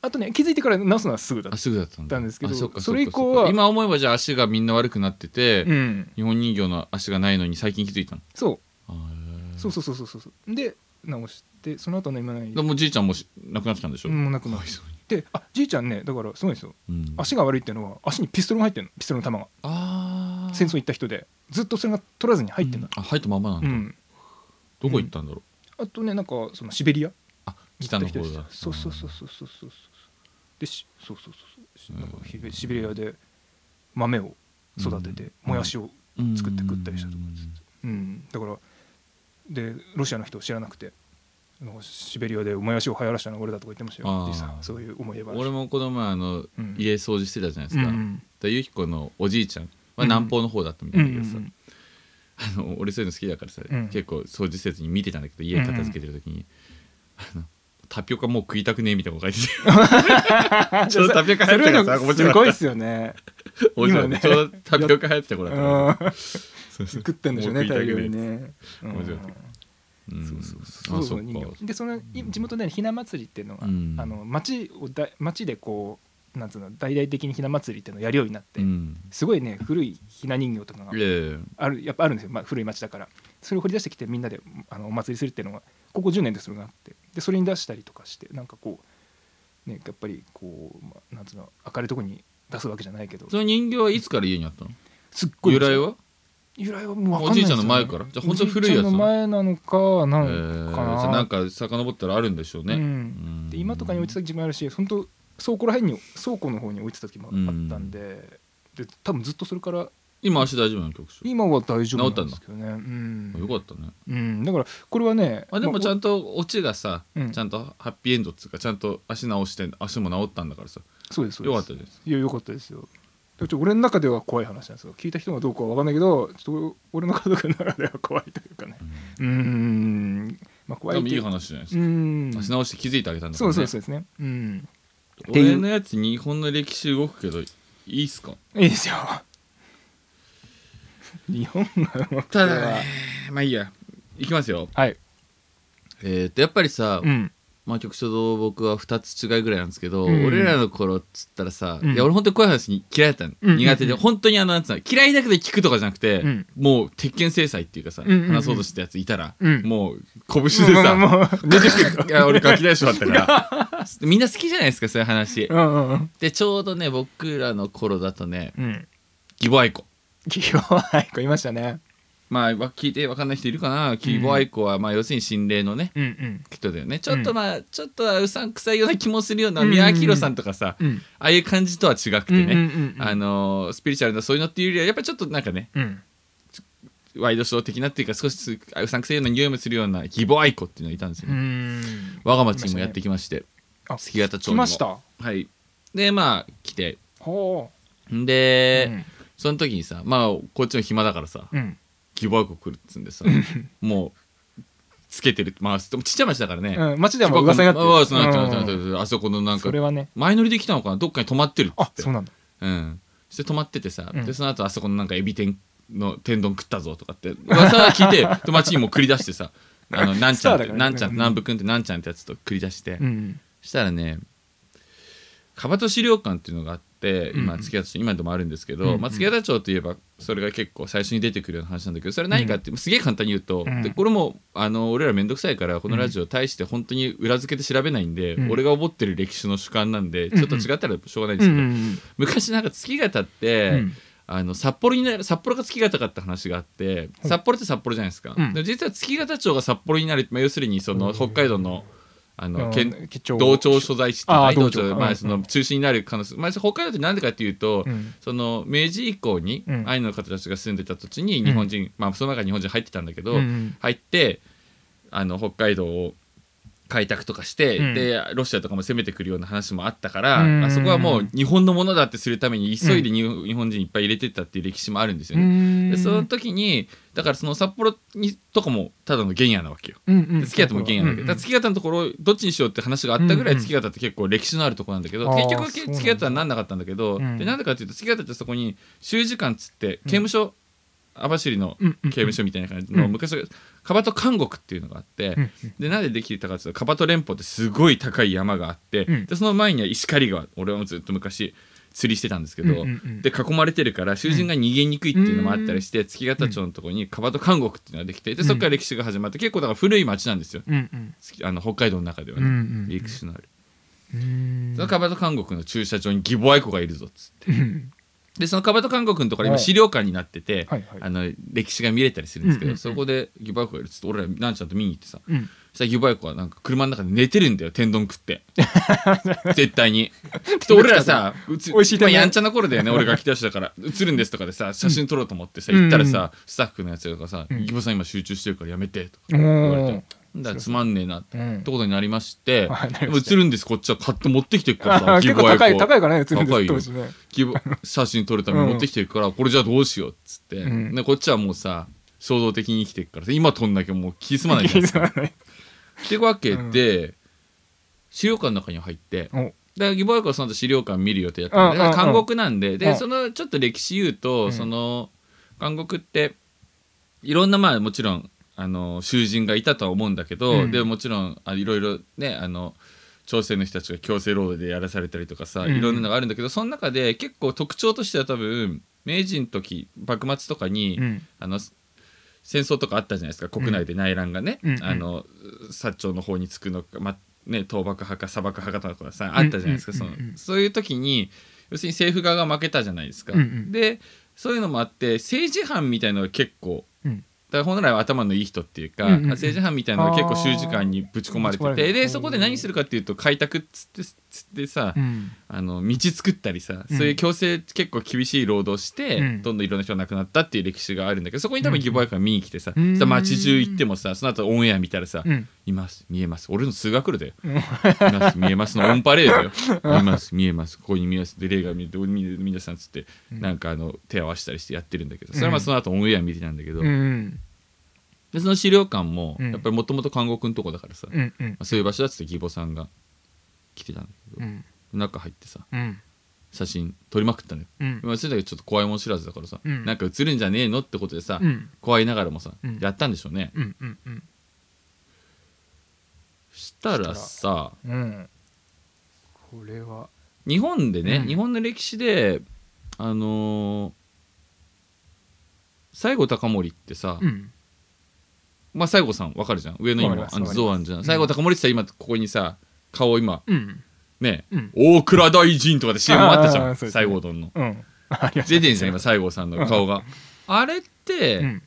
S4: あとね気づいてから直すのはすぐだっ
S5: あ
S4: た、
S5: すぐだったんだ
S4: たんですけど
S5: あっかっか
S4: それ以降
S5: っか
S4: は
S5: 今思えばじゃあ足がみんな悪くなってて、
S4: うん、
S5: 日本人形の足がないのに最近気づいたの
S4: そ
S5: あ
S4: う
S5: ー
S4: そうそうそうそうそうで直してその後の今ない
S5: でもじいちゃんもし亡くなってたんでしょ、
S4: もうなくなっ
S5: かわい
S4: て
S5: そうに
S4: であじいちゃんねだからすごいんですよ
S5: うん
S4: 足が悪いっていうのは足にピストルが入ってるのピストルの弾が
S5: あ
S4: 戦争行った人でずっとそれが取らずに入ってん
S5: の
S4: だ、
S5: あ入ったまんまなん
S4: う
S5: だ、
S4: ん
S5: どこ行ったんだろう、
S4: あとねなんかそのシベリア
S5: あ北の方
S4: 行った人
S5: だ
S4: でそうそうそうそうそうそうそうでしそうそうそうそう
S5: うん
S4: なんかシベシベリアで豆を育てて
S5: うん
S4: もやしを、
S5: うん
S4: 作って食ったりしたとかうん、だからでロシアの人を知らなくてなんかシベリアでもやしを流行らしたのは俺だとか言ってました
S5: あー
S4: よ実際そういう思い出話
S5: 俺もこの前あの、
S4: うん
S5: 家掃除してたじゃないです
S4: うん
S5: か、だ
S4: う
S5: か
S4: ん
S5: らゆきこのおじいちゃん
S4: うん
S5: は南方の方だったみた
S4: う
S5: い
S4: んう
S5: だけどさ、
S4: ん
S5: あの俺そういうの好きだからさ、
S4: うん
S5: 結構掃除せずに見てたんだけど家片付けてる時に、あのタピオカもう食いたくねえみたいなこと書いて <laughs> て <laughs>
S4: あ
S5: ちょうどタピオカ流行ってたからさ面
S4: す
S5: 白か
S4: ごい
S5: っ
S4: ったすよね
S5: 面白いね
S4: 今ね
S5: ちょうどタピオカ流行ってた
S4: う
S5: 頃だったから
S4: ん
S5: そうそう
S4: 食ってんでしょうね
S5: もう食
S4: 大
S5: い
S4: 量
S5: たく
S4: に
S5: ね
S4: ね
S5: 面白いえうん
S4: そうそうそう
S5: あ
S4: そ
S5: そうっ
S4: 人
S5: か
S4: 形でそのい地元でひな祭りっていうのが、
S5: うん
S4: あの町をだ町でこうなんつうの大々的にひな祭りっていうのをやるようになって、
S5: うん
S4: すごいね古いひな人形とかが
S5: いやいや
S4: あるやっぱあるんですよ、まあ、古い町だからそれを掘り出してきてみんなであのお祭りするっていうのがここ10年でそれがあってでそれに出したりとかしてなんかこう、ね、やっぱりこう、まあなんつうの明るいとこに出すわけじゃないけど
S5: その人形はいつから家にあったの
S4: すっごい
S5: 由来は
S4: 由来はもう分かんない
S5: おじいちゃんの前からじゃあ本当に古いやつ
S4: おじいちゃんの前な
S5: え
S4: のかなんか
S5: ー
S4: な,、
S5: じゃあなんか遡ったらあるんでしょうね、
S4: う
S5: うんん
S4: で今とかに置いてた時もあるし本当倉庫らへんに倉庫の方に置いてた時もあったんで,、で多分ずっとそれから
S5: 今足大丈夫なの局長
S4: 今は大丈夫なんですけどねうん
S5: よかったね
S4: うん、だからこれはね
S5: あでもちゃ
S4: ん
S5: んとオチがさ、
S4: うん
S5: ちゃんとハッピーエンドっつうかちゃんと足直して足も治ったんだからさ
S4: そうですそう
S5: よ
S4: です
S5: かったです
S4: いやよかったですよだって俺の中では怖い話なんですよ聞いた人がどうかは分かんないけどちょっと俺の家族の中では怖いというかねうんまあ怖
S5: で
S4: い
S5: も
S4: と
S5: いいう
S4: か
S5: 話じゃないです
S4: う
S5: か、
S4: ん
S5: 足直して気づいてあげたんだか
S4: そ
S5: ら、
S4: う
S5: ね、
S4: そうそうですねうんっていう
S5: 俺のやつ日本の歴史動くけどいいっすか
S4: いいですよ日本がうまくては
S5: まあいいやいきますよ
S4: はい
S5: えっ、とやっぱりさ、
S4: うん
S5: まあ局長と僕は2つ違いぐらいなんですけど、
S4: うん
S5: 俺らの頃っつったらさ、
S4: うん
S5: いや俺本当にこういう話に嫌いだったの、
S4: うん
S5: 苦手で
S4: うん
S5: 本当にあのなんつうの嫌いだけど聞くとかじゃなくて、
S4: うん
S5: もう鉄拳制裁っていうかさ、
S4: うんうんうん
S5: 話そうとしたやついたら、
S4: うん
S5: もう拳でさ、
S4: もうも
S5: <laughs>
S4: う
S5: 出てく
S4: <laughs>
S5: るいや俺ガキ大将だったからみんな好きじゃないですかそういう話
S4: うんうんうん
S5: でちょうどね僕らの頃だとね
S4: うん
S5: 義母愛子
S4: 企業愛子いましたね
S5: まあわ聞いて分かんない人いるかな義母愛子は、まあ要するに心霊のね
S4: うんうん
S5: 人だよねちょっ
S4: う
S5: と
S4: ん
S5: まあ、ちょっとはうさんくさいような気もするような
S4: うん
S5: 宮城さんとかさ、
S4: うん
S5: ああいう感じとは違くて
S4: うん
S5: ね、
S4: うん
S5: あのースピリチュアルなそういうのっていうよりはやっぱちょっとなんかね
S4: うん
S5: ワイドショー的なっていうか少しうさんくさいような匂いもするような義母愛子っていうのがいたんですよ
S4: う
S5: ね、
S4: ん
S5: 我が町にもやってきまして
S4: あ
S5: 月形町
S4: 来
S5: にも
S4: ました
S5: はいでまあ来て
S4: ほ
S5: ん
S4: う
S5: で、その時にさまあこっちも暇だからさ
S4: うんうん
S5: ギブアイコ来るっつうんでさもうつけてるまあちっちゃい町だからね、
S4: うん街ではもう噂になってる
S5: ああそうなってるなってるなって
S4: うん
S5: るあそこのなんか
S4: それはね
S5: 前乗りで来たのかなどっかに泊まってるっつ
S4: あ
S5: って
S4: そうなんだ
S5: うんして泊まっててさ、
S4: うん
S5: でその後あそこのなんかエビ天の天丼食ったぞとかって噂は聞いてで町にもう繰り出してさ
S4: <laughs>
S5: あのなんちゃんっ
S4: スターだ
S5: て、
S4: からね
S5: なんちゃん
S4: うん
S5: 南部君ってなんちゃんってやつと繰り出して、
S4: うん
S5: したらねかばと資料館っていうのがあって
S4: う
S5: 今
S4: ん
S5: 月形町今でもあるんですけ
S4: うん
S5: ど、
S4: うん
S5: まあ、月形町といえばそれが結構最初に出てくるような話なんだけどそれは何かって、すげえ簡単に言うと、
S4: うん
S5: でこれもあの俺らめんどくさいからこのラジオ大して本当に裏付けて調べないんで、
S4: うん
S5: 俺が思ってる歴史の主観なんで
S4: ん
S5: ちょっと違ったらしょうがないんで
S4: う
S5: すけど、
S4: ん
S5: 昔なんか月形って、あの札幌になる札幌が月形かって話があって札幌って札幌じゃないですか、
S4: うん
S5: で実は月形町が札幌になる、まあ、要するにその北海道のあの県同
S4: 同
S5: 調所在地って
S4: あー
S5: 同
S4: 同調
S5: 調
S4: か
S5: ま
S4: う
S5: あ
S4: ん
S5: その中心になる可能性、まあ、北海道ってなんでかっていうと、
S4: うん
S5: その明治以降に
S4: うん
S5: アイヌの方たちが住んでた土地に日本人、まあその中に日本人入ってたんだけど、
S4: うん
S5: 入ってあの北海道を開拓とかして、
S4: うん
S5: でロシアとかも攻めてくるような話もあったから、
S4: うん
S5: あそこはもう日本のものだってするために急いでに日本人いっぱい入れてったっていう歴史もあるんですよね。でその時にだからその札幌にとかもただの原野なわけよ。で月形も原野なわけ、だから月形のところどっちにしようって話があったぐら
S4: う
S5: い
S4: んうん
S5: 月形って結構歴史のあるところなんだけど、
S4: あー
S5: 結
S4: そ
S5: 局
S4: うなんだ
S5: 月形はなんなかったんだけど
S4: う
S5: で
S4: ん
S5: なんでかっていうと月形ってそこに習字館っつって刑務所、網走の
S4: うん
S5: 刑務所みたいな感じの、
S4: うん
S5: 昔カバト監獄っていうのがあって、
S4: うん
S5: でなんでできてたかっていうとカバト連峰ってすごい高い山があって、
S4: うん
S5: でその前には石狩川俺はもうずっと昔釣りしてたんですけど、
S4: うんうんうん
S5: で囲まれてるから囚人が逃げにくいっていうのもあったりして、月形町のとこにカバト監獄っていうのができてでそこから歴史が始まって結構だから古い町なんですよ
S4: うんうん
S5: つきあの北海道の中では
S4: うん
S5: ね、
S4: うん
S5: 歴史のある、
S4: うん
S5: そのカバト監獄の駐車場に義母愛子がいるぞっつって
S4: うん
S5: でそのカバト監獄のところ
S4: は
S5: 今
S4: い
S5: 資料館になってて、
S4: はいはい
S5: あの歴史が見れたりするんですけど、
S4: うんうんうん
S5: そこで義母愛子がいるっつって俺らなんちゃんと見に行ってさ
S4: うん
S5: そしたら義母愛子はなんか車の中で寝てるんだよ天丼食って
S4: <laughs>
S5: 絶対にで俺らさうつ
S4: 美味しい
S5: ま
S4: 天
S5: あ
S4: 丼
S5: やんちゃな頃だよ
S4: <laughs>
S5: ね俺が来たしだから「映るんです」とかでさ写真撮ろうと思ってさ行ったらさ、スタッフのやつがさ「
S4: ん
S5: 義母さん今集中してるからやめて」とか
S4: お
S5: 言われ
S4: ー
S5: て。だからつまんねえなって
S4: うん
S5: ことになりまして
S4: <laughs> あな
S5: で
S4: り
S5: も
S4: ました
S5: 映るんですこっちは買って持ってきてるからさ
S4: <laughs> あー結構高い高いからね
S5: 高い
S4: 映るん
S5: よ
S4: です当時ね
S5: 希望写真撮るために持ってきてるから、これじゃあどうしようっつって、
S4: ん
S5: でこっちはもうさ衝動的に生きてるからさ今撮んなきゃもう気済まないじゃないですか。ってわけで、資料館の中に入って
S4: お
S5: だから義母役はその後資料館見る予定だったんで
S4: うんう
S5: だ
S4: んうん
S5: から監獄なんで
S4: う
S5: で
S4: ん
S5: そのちょっと歴史言うと、
S4: うん
S5: その監獄っていろんなまあもちろんあの囚人がいたとは思うんだけど、
S4: うん
S5: でもちろんあいろいろねあの朝鮮の人たちが強制労働でやらされたりとかさ、
S4: うん
S5: いろんなのがあるんだけどその中で結構特徴としては多分明治の時幕末とかに、
S4: うん
S5: あの戦争とかあったじゃないですか国内で内乱がね、
S4: うんうん
S5: あの薩長の方につくのか、まね、倒幕派か砂漠派かとかさあったじゃないですか、
S4: うんう
S5: そ
S4: んうんう
S5: の
S4: ん
S5: そういう時に要するに政府側が負けたじゃないですか、
S4: うんうん
S5: でそういうのもあって政治犯みたいのが結構
S4: うん
S5: だから本来は頭のいい人っていうか、
S4: うんうんうん
S5: 政治犯みたいなのが結構習字間にぶち込まれて
S4: あー
S5: てでそこで何するかっていうと開拓っつってつってさ、
S4: うん
S5: あの道作ったりさ、
S4: うん
S5: そういう強制結構厳しい労働して、
S4: うん
S5: どんどんいろんな人が亡くなったっていう歴史があるんだけどそこに多分義母役が見に来てさ、
S4: う
S5: そ
S4: ん
S5: したら街中行ってもさその後オンエア見たらさ「
S4: うん
S5: います見えます俺の通学路だよ」います見えます」のオンパレードよ「います見えますここに見えます」で霊が見えてみ皆さんつって、なんかあの手を合わせたりしてやってるんだけどそれはまあその後オンエア見てたんだけど、
S4: うん
S5: でその資料館も、
S4: うん
S5: やっぱりもともと看護君のとこだからさ、ま
S4: うんうん
S5: あそういう場所だっつって義母さんが来てたんだけど、
S4: うん
S5: 中入ってさ
S4: うん
S5: 写真撮りまくったのよ
S4: うん
S5: まあ、それだけちょっと怖いもん知らずだからさ、
S4: うん
S5: なんか映るんじゃねえのってことでさ、
S4: うん
S5: 怖いながらもさ、
S4: うん
S5: やったんでしょうね
S4: うんうんうん
S5: したらさ
S4: うんこれは
S5: 日本でね、
S4: うん
S5: 日本の歴史であのー西郷隆盛ってさ、
S4: うん
S5: まあ西郷さんわかるじゃん上の
S4: わかり
S5: 今
S4: ます
S5: あの
S4: わかります
S5: 像あんじゃん、
S4: ん
S5: 西郷隆盛ってさ今ここにさ顔今
S4: うん
S5: ね、
S4: うん
S5: 大倉大臣とかで CM あったじゃ
S4: あ
S5: ん、
S4: ーそうですね
S5: 西郷どんの
S4: うんありがとう
S5: 出てんじゃん今西郷さんの顔があれって、
S4: うん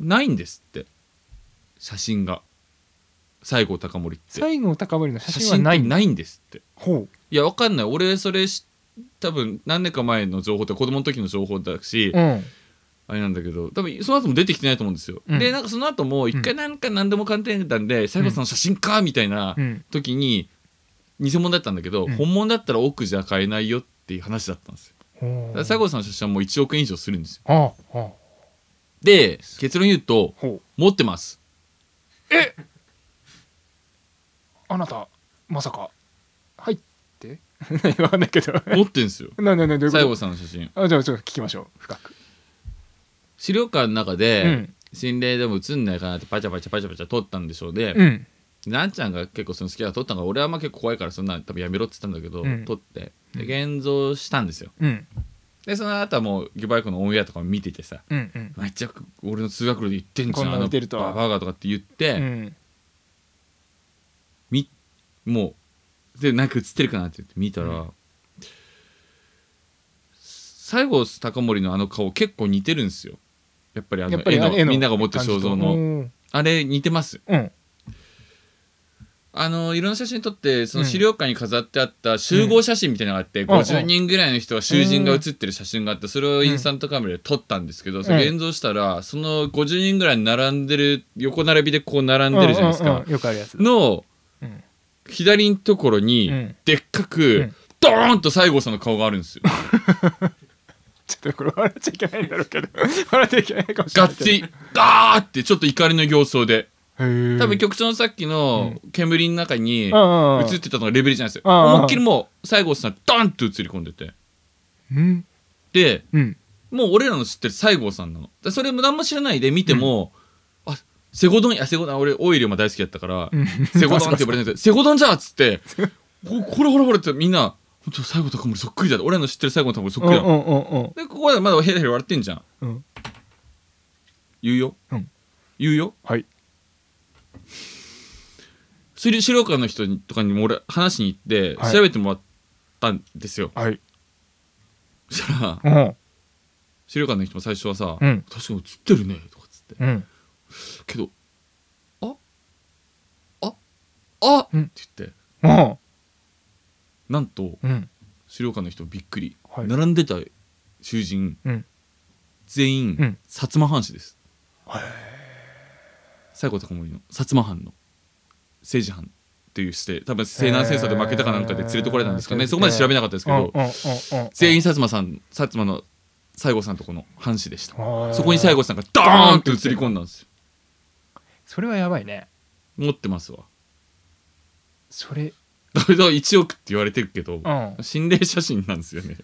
S5: ないんですって写真が西郷隆盛って
S4: 西郷隆盛の写
S5: 写
S4: 真
S5: 真
S4: は
S5: って
S4: ない
S5: ないんですって
S4: ほ
S5: いやわかんない俺それし多分何年か前の情報って子供の時の情報だし、
S4: ううん
S5: あれなんだけど多分その後も出てきてないと思うんですよ、
S4: うん
S5: でなんかその後も一回なんか何でも鑑定だったんで、西郷さんの写真かみたいな
S4: うん
S5: 時に偽物だったんだけど、
S4: うん
S5: 本物だったら奥じゃ買えないよっていう話だったんですよ
S4: ほ
S5: だ
S4: う
S5: から西郷さんの写真はもう1億円以上するんですよ
S4: あああ
S5: で結論言うと
S4: ほう
S5: 持ってます
S4: あなたまさか入って <laughs> わかんないけど <laughs>
S5: 持ってんですよ
S4: なななどうい
S5: 西
S4: うこ
S5: 郷さんの写真
S4: とあじゃあちょっと聞きましょう深く
S5: 資料館の中
S4: う
S5: で
S4: ん
S5: 心霊でも映んないかなってパチャパチャパチャパチャ撮ったんでしょうで、
S4: うん
S5: なんちゃんが結構その好きなの撮ったのが俺はあんま結構怖いからそんなの多分やめろって言ったんだけど、
S4: うん
S5: 撮ってで現像したんですよ
S4: うん
S5: でその後はもうギバイクのオンエアとかも見ててさ
S4: うんうん
S5: めっちゃ俺の通学路で言ってんじ
S4: こ
S5: ゃ
S4: んなんの
S5: あの
S4: 出るとは
S5: ババアがとかって言っ
S4: う
S5: て、
S4: ん
S5: みもうでなんか映ってるかなって言って見たら、西郷隆盛のあの顔結構似てるんですよやっぱりあの
S4: やっぱり
S5: 絵の
S4: あの絵の
S5: みんなが持ってる肖像の
S4: うん
S5: あれ似てます
S4: うん
S5: あのいろんな写真撮ってその資料館に飾ってあった集合写真みたいなのがあって、50人ぐらいの人が囚人が写ってる写真があってそれをインスタントカメラで撮ったんですけど、それ現像したらその50人ぐらい並んでる横並びでこう並んでるじゃないですか、
S4: うんうんうんよくあるやつ
S5: の
S4: うん
S5: 左のところに、
S4: うん
S5: でっかく、
S4: ん
S5: ドーンと西郷さんの顔があるんですよ
S4: <laughs> ちょっとこれ笑っちゃいけないんだろうけど <laughs> 笑っちゃいけないかもしれ
S5: ガッ
S4: ないけど
S5: チガーってちょっと怒りの形相で
S4: へえ
S5: 多分局長のさっきの煙の中に、
S4: うんうん
S5: 映ってたのがレベルじゃないですよ
S4: ああああ
S5: 思いっきりもう西郷さんダンと映り込んでて
S4: うん
S5: で
S4: うん
S5: もう俺らの知ってる西郷さんなのでそれも何も知らないで見ても、あセゴドンやセゴドン俺オイリオも大好きだったから、
S4: うん
S5: セゴドンって呼ばれて
S4: <laughs>
S5: てセゴドンじゃっつってここれほらほらってみんな本当西郷隆盛そっくりだって俺らの知ってる西郷隆盛そっ
S4: う
S5: く
S4: ん
S5: り
S4: う
S5: だ、
S4: んうんうん
S5: でここでまだヘラヘラ笑ってんじゃん、
S4: うん
S5: 言うよ、
S4: うん
S5: 言うよ
S4: はい
S5: 資料資料館の人にとかにも俺話しに行っ
S4: は
S5: て
S4: い
S5: 調べてもらったんですよ、 <laughs>
S4: はい
S5: そしたら
S4: うん
S5: 資料館の人も最初はさ「
S4: うん
S5: 確かに映ってるね」とかっつって
S4: うん
S5: 「けどあああ、
S4: うん
S5: って言って
S4: うん
S5: なんと
S4: うん
S5: 資料館の人びっくり、
S4: はい
S5: 並んでた囚人、
S4: うん
S5: 全員、
S4: うん
S5: 薩摩藩士です西郷隆盛の薩摩藩の政治犯というして多分西南戦争で負けたかなんかで連れてこられたんですか
S4: へ
S5: ね
S4: ー
S5: そこまで調べなかったですけ
S4: うんうん
S5: ど、
S4: うんうん
S5: 全員薩摩さん薩摩の西郷さんとこの藩士でしたそこに西
S4: 最後
S5: 郷さんがドーンって映り込んだんですよ
S4: それはやばいね
S5: 持ってますわ
S4: それ
S5: だから1億って言われてるけど、
S4: ん
S5: 心霊写真なんですよね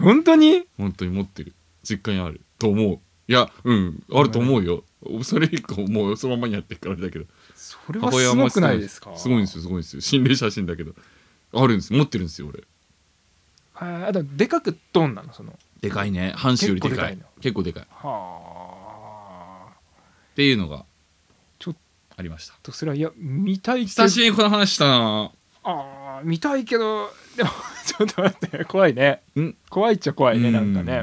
S4: 本当に
S5: 本当に持ってる実家にあると思ういやうんあると思うよそれ以降もうそのままにやってるからあれだけど
S4: それはすごくないですか
S5: すごいんですよすごいんですよ心霊写真だけどあるんです持ってるんですよ俺
S4: ああとでかくドンなのその
S5: でかいね阪神よりでかい
S4: 結構でかい
S5: 結構でかいっ
S4: はあ
S5: ていうのが
S4: ちょっ
S5: ありました
S4: とそれはいや見たいけど
S5: 久しぶりにこの話したな
S4: あー見たいけどでも <laughs> ちょっと待って怖いね
S5: うん
S4: 怖いっちゃ怖いねなんか
S5: う
S4: ね
S5: ん
S4: へ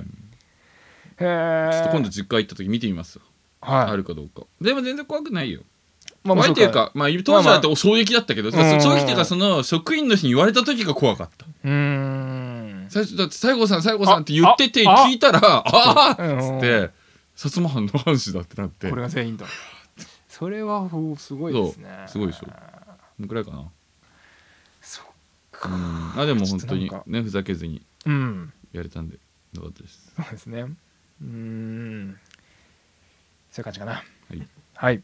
S4: え
S5: ちょっと今度実家行った時見てみますよ
S4: はい
S5: あるかどうかでも全然怖くないよ
S4: まあ
S5: 怖いっていうかまあ当時だって衝撃だったけど
S4: まあまあ
S5: 衝撃っていうかその職員の人に言われた時が怖かった
S4: うーん
S5: 最初だって西郷さん西郷さんって言ってて
S4: ああ
S5: 聞いたらああ
S4: うん
S5: ーっつって薩摩藩の藩士だってなって
S4: これが全
S5: <laughs>
S4: 員だそれはおーすごいですね
S5: そうすごいでしょこんくらいかな
S4: そっ
S5: う
S4: か
S5: んあでも本当に
S4: ちょっと
S5: ねふざけずに
S4: うん
S5: やれたんでよかったです、
S4: そうですねうーんそういう感じかなはいはい、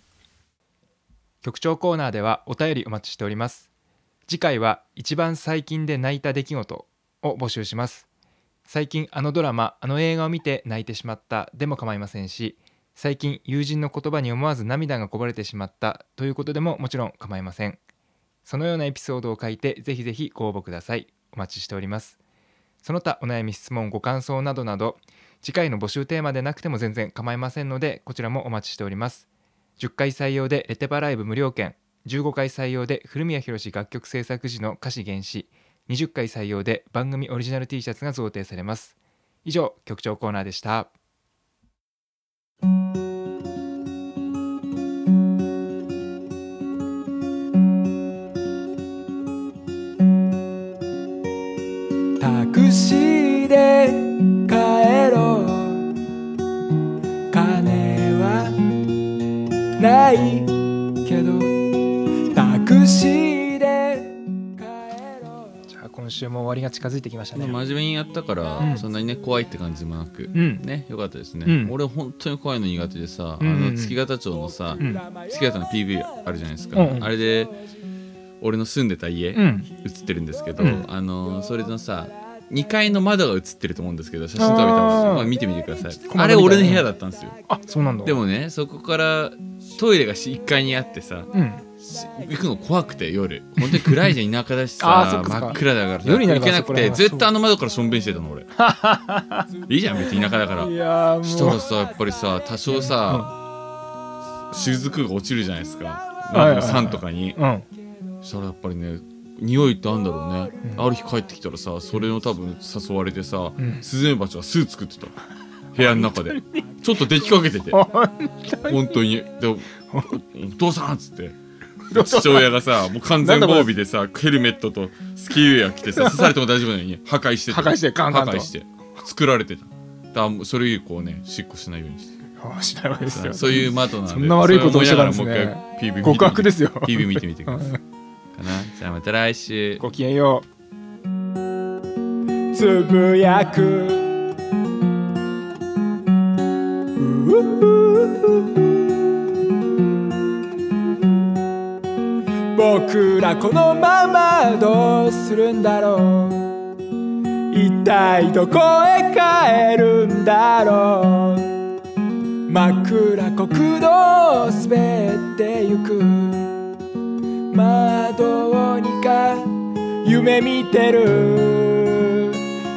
S2: 局長コーナーではお便りお待ちしております次回は一番最近で泣いた出来事を募集します最近あのドラマあの映画を見て泣いてしまったでも構いませんし最近友人の言葉に思わず涙がこぼれてしまったということでももちろん構いませんそのようなエピソードを書いてぜひぜひご応募くださいお待ちしておりますその他お悩み質問ご感想などなど次回の募集テーマでなくても全然構いませんのでこちらもお待ちしております10回採用でレテパライブ無料券15回採用で古宮宏楽曲制作時の歌詞原始20回採用で番組オリジナル T シャツが贈呈されます以上局長コーナーでした
S7: タクシーで帰ろう金はないけどタクシーで帰ろう
S4: じゃあ今週も終わりが近づいてきました
S5: で
S4: ね
S5: も真面目にやったから、
S4: うん
S5: そんなにね怖いって感じもなく、
S4: うん
S5: ねよかったですね、
S4: うん
S5: 俺本当に怖いの苦手でさ、
S4: うんうん
S5: あの月形町のさ、
S4: うん
S5: 月形の PV あるじゃないですか、
S4: うんうん
S5: あれで俺の住んでた家、
S4: うん
S5: 映ってるんですけど、
S4: うん
S5: あのそれのさ2階の窓が映ってると思うんですけど写真とか見た
S4: あー
S5: ら、まあ、見てみてください
S4: 小窓みたいな
S5: あれ俺の部屋だったんですよ
S4: あそうなんだ
S5: でもねそこからトイレが1階にあってさ
S4: うん
S5: 行くの怖くて夜本当に暗いじゃん田舎だし
S4: <laughs> あーそっ
S5: さ
S4: かそっか
S5: 真っ暗だからさ
S4: 夜になれ
S5: 行け
S4: ば
S5: な
S4: そ
S5: く
S4: こら辺
S5: て
S4: は
S5: ずっとあの窓からしょんべんしてたの俺いいじゃん別に田舎だから
S4: いやー
S5: した
S4: もう
S5: らさやっぱりさ多少さ雫が落ちるじゃないですか
S4: はいはいはい
S5: 酸とかに
S4: うん
S5: したらやっぱりね匂いってあんだろうね、ある日帰ってきたらさそれを多分誘われてさ、
S4: ん
S5: スズメバチが巣作ってた部屋の中でちょっと出来かけてて本当にでおお父さんっつって父親がさもう完全防備でさヘルメットとスキーウェア着てさ刺されても大丈夫なのに破壊してた
S4: 破壊してガンガンと
S5: 破壊して作られてただからもうそれ以降ねしっこしないようにして
S4: あーしないわけですよ
S5: そういう窓なんで
S4: そんな悪いことをしてたんですね
S5: それを思いながらもう一回 PV 見てみて
S4: 極悪ですよ
S5: PV 見てみてくださいかなじゃあまた来週
S4: ごきげんよう
S7: つぶやく僕らこのままどうするんだろう一体どこへ帰るんだろう枕国道を滑ってゆくまあどうにか夢見てる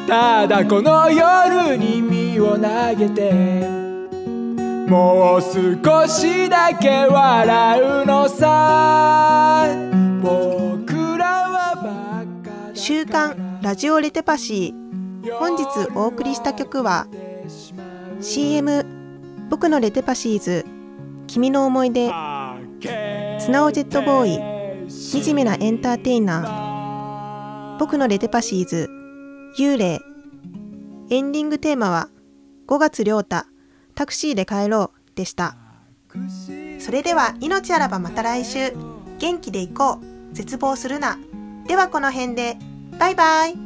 S7: ただこの夜に身を投げてもう少しだけ笑うのさ僕らはバカだから
S3: 週刊ラジオレテパシー本日お送りした曲は CM 僕のレテパシーズ君の思い出素直ジェットボーイ惨めなエンターテイナー僕のレテパシーズ幽霊エンディングテーマは5月亮太タクシーで帰ろうでしたそれでは命あらばまた来週元気でいこう絶望するなではこの辺でバイバイ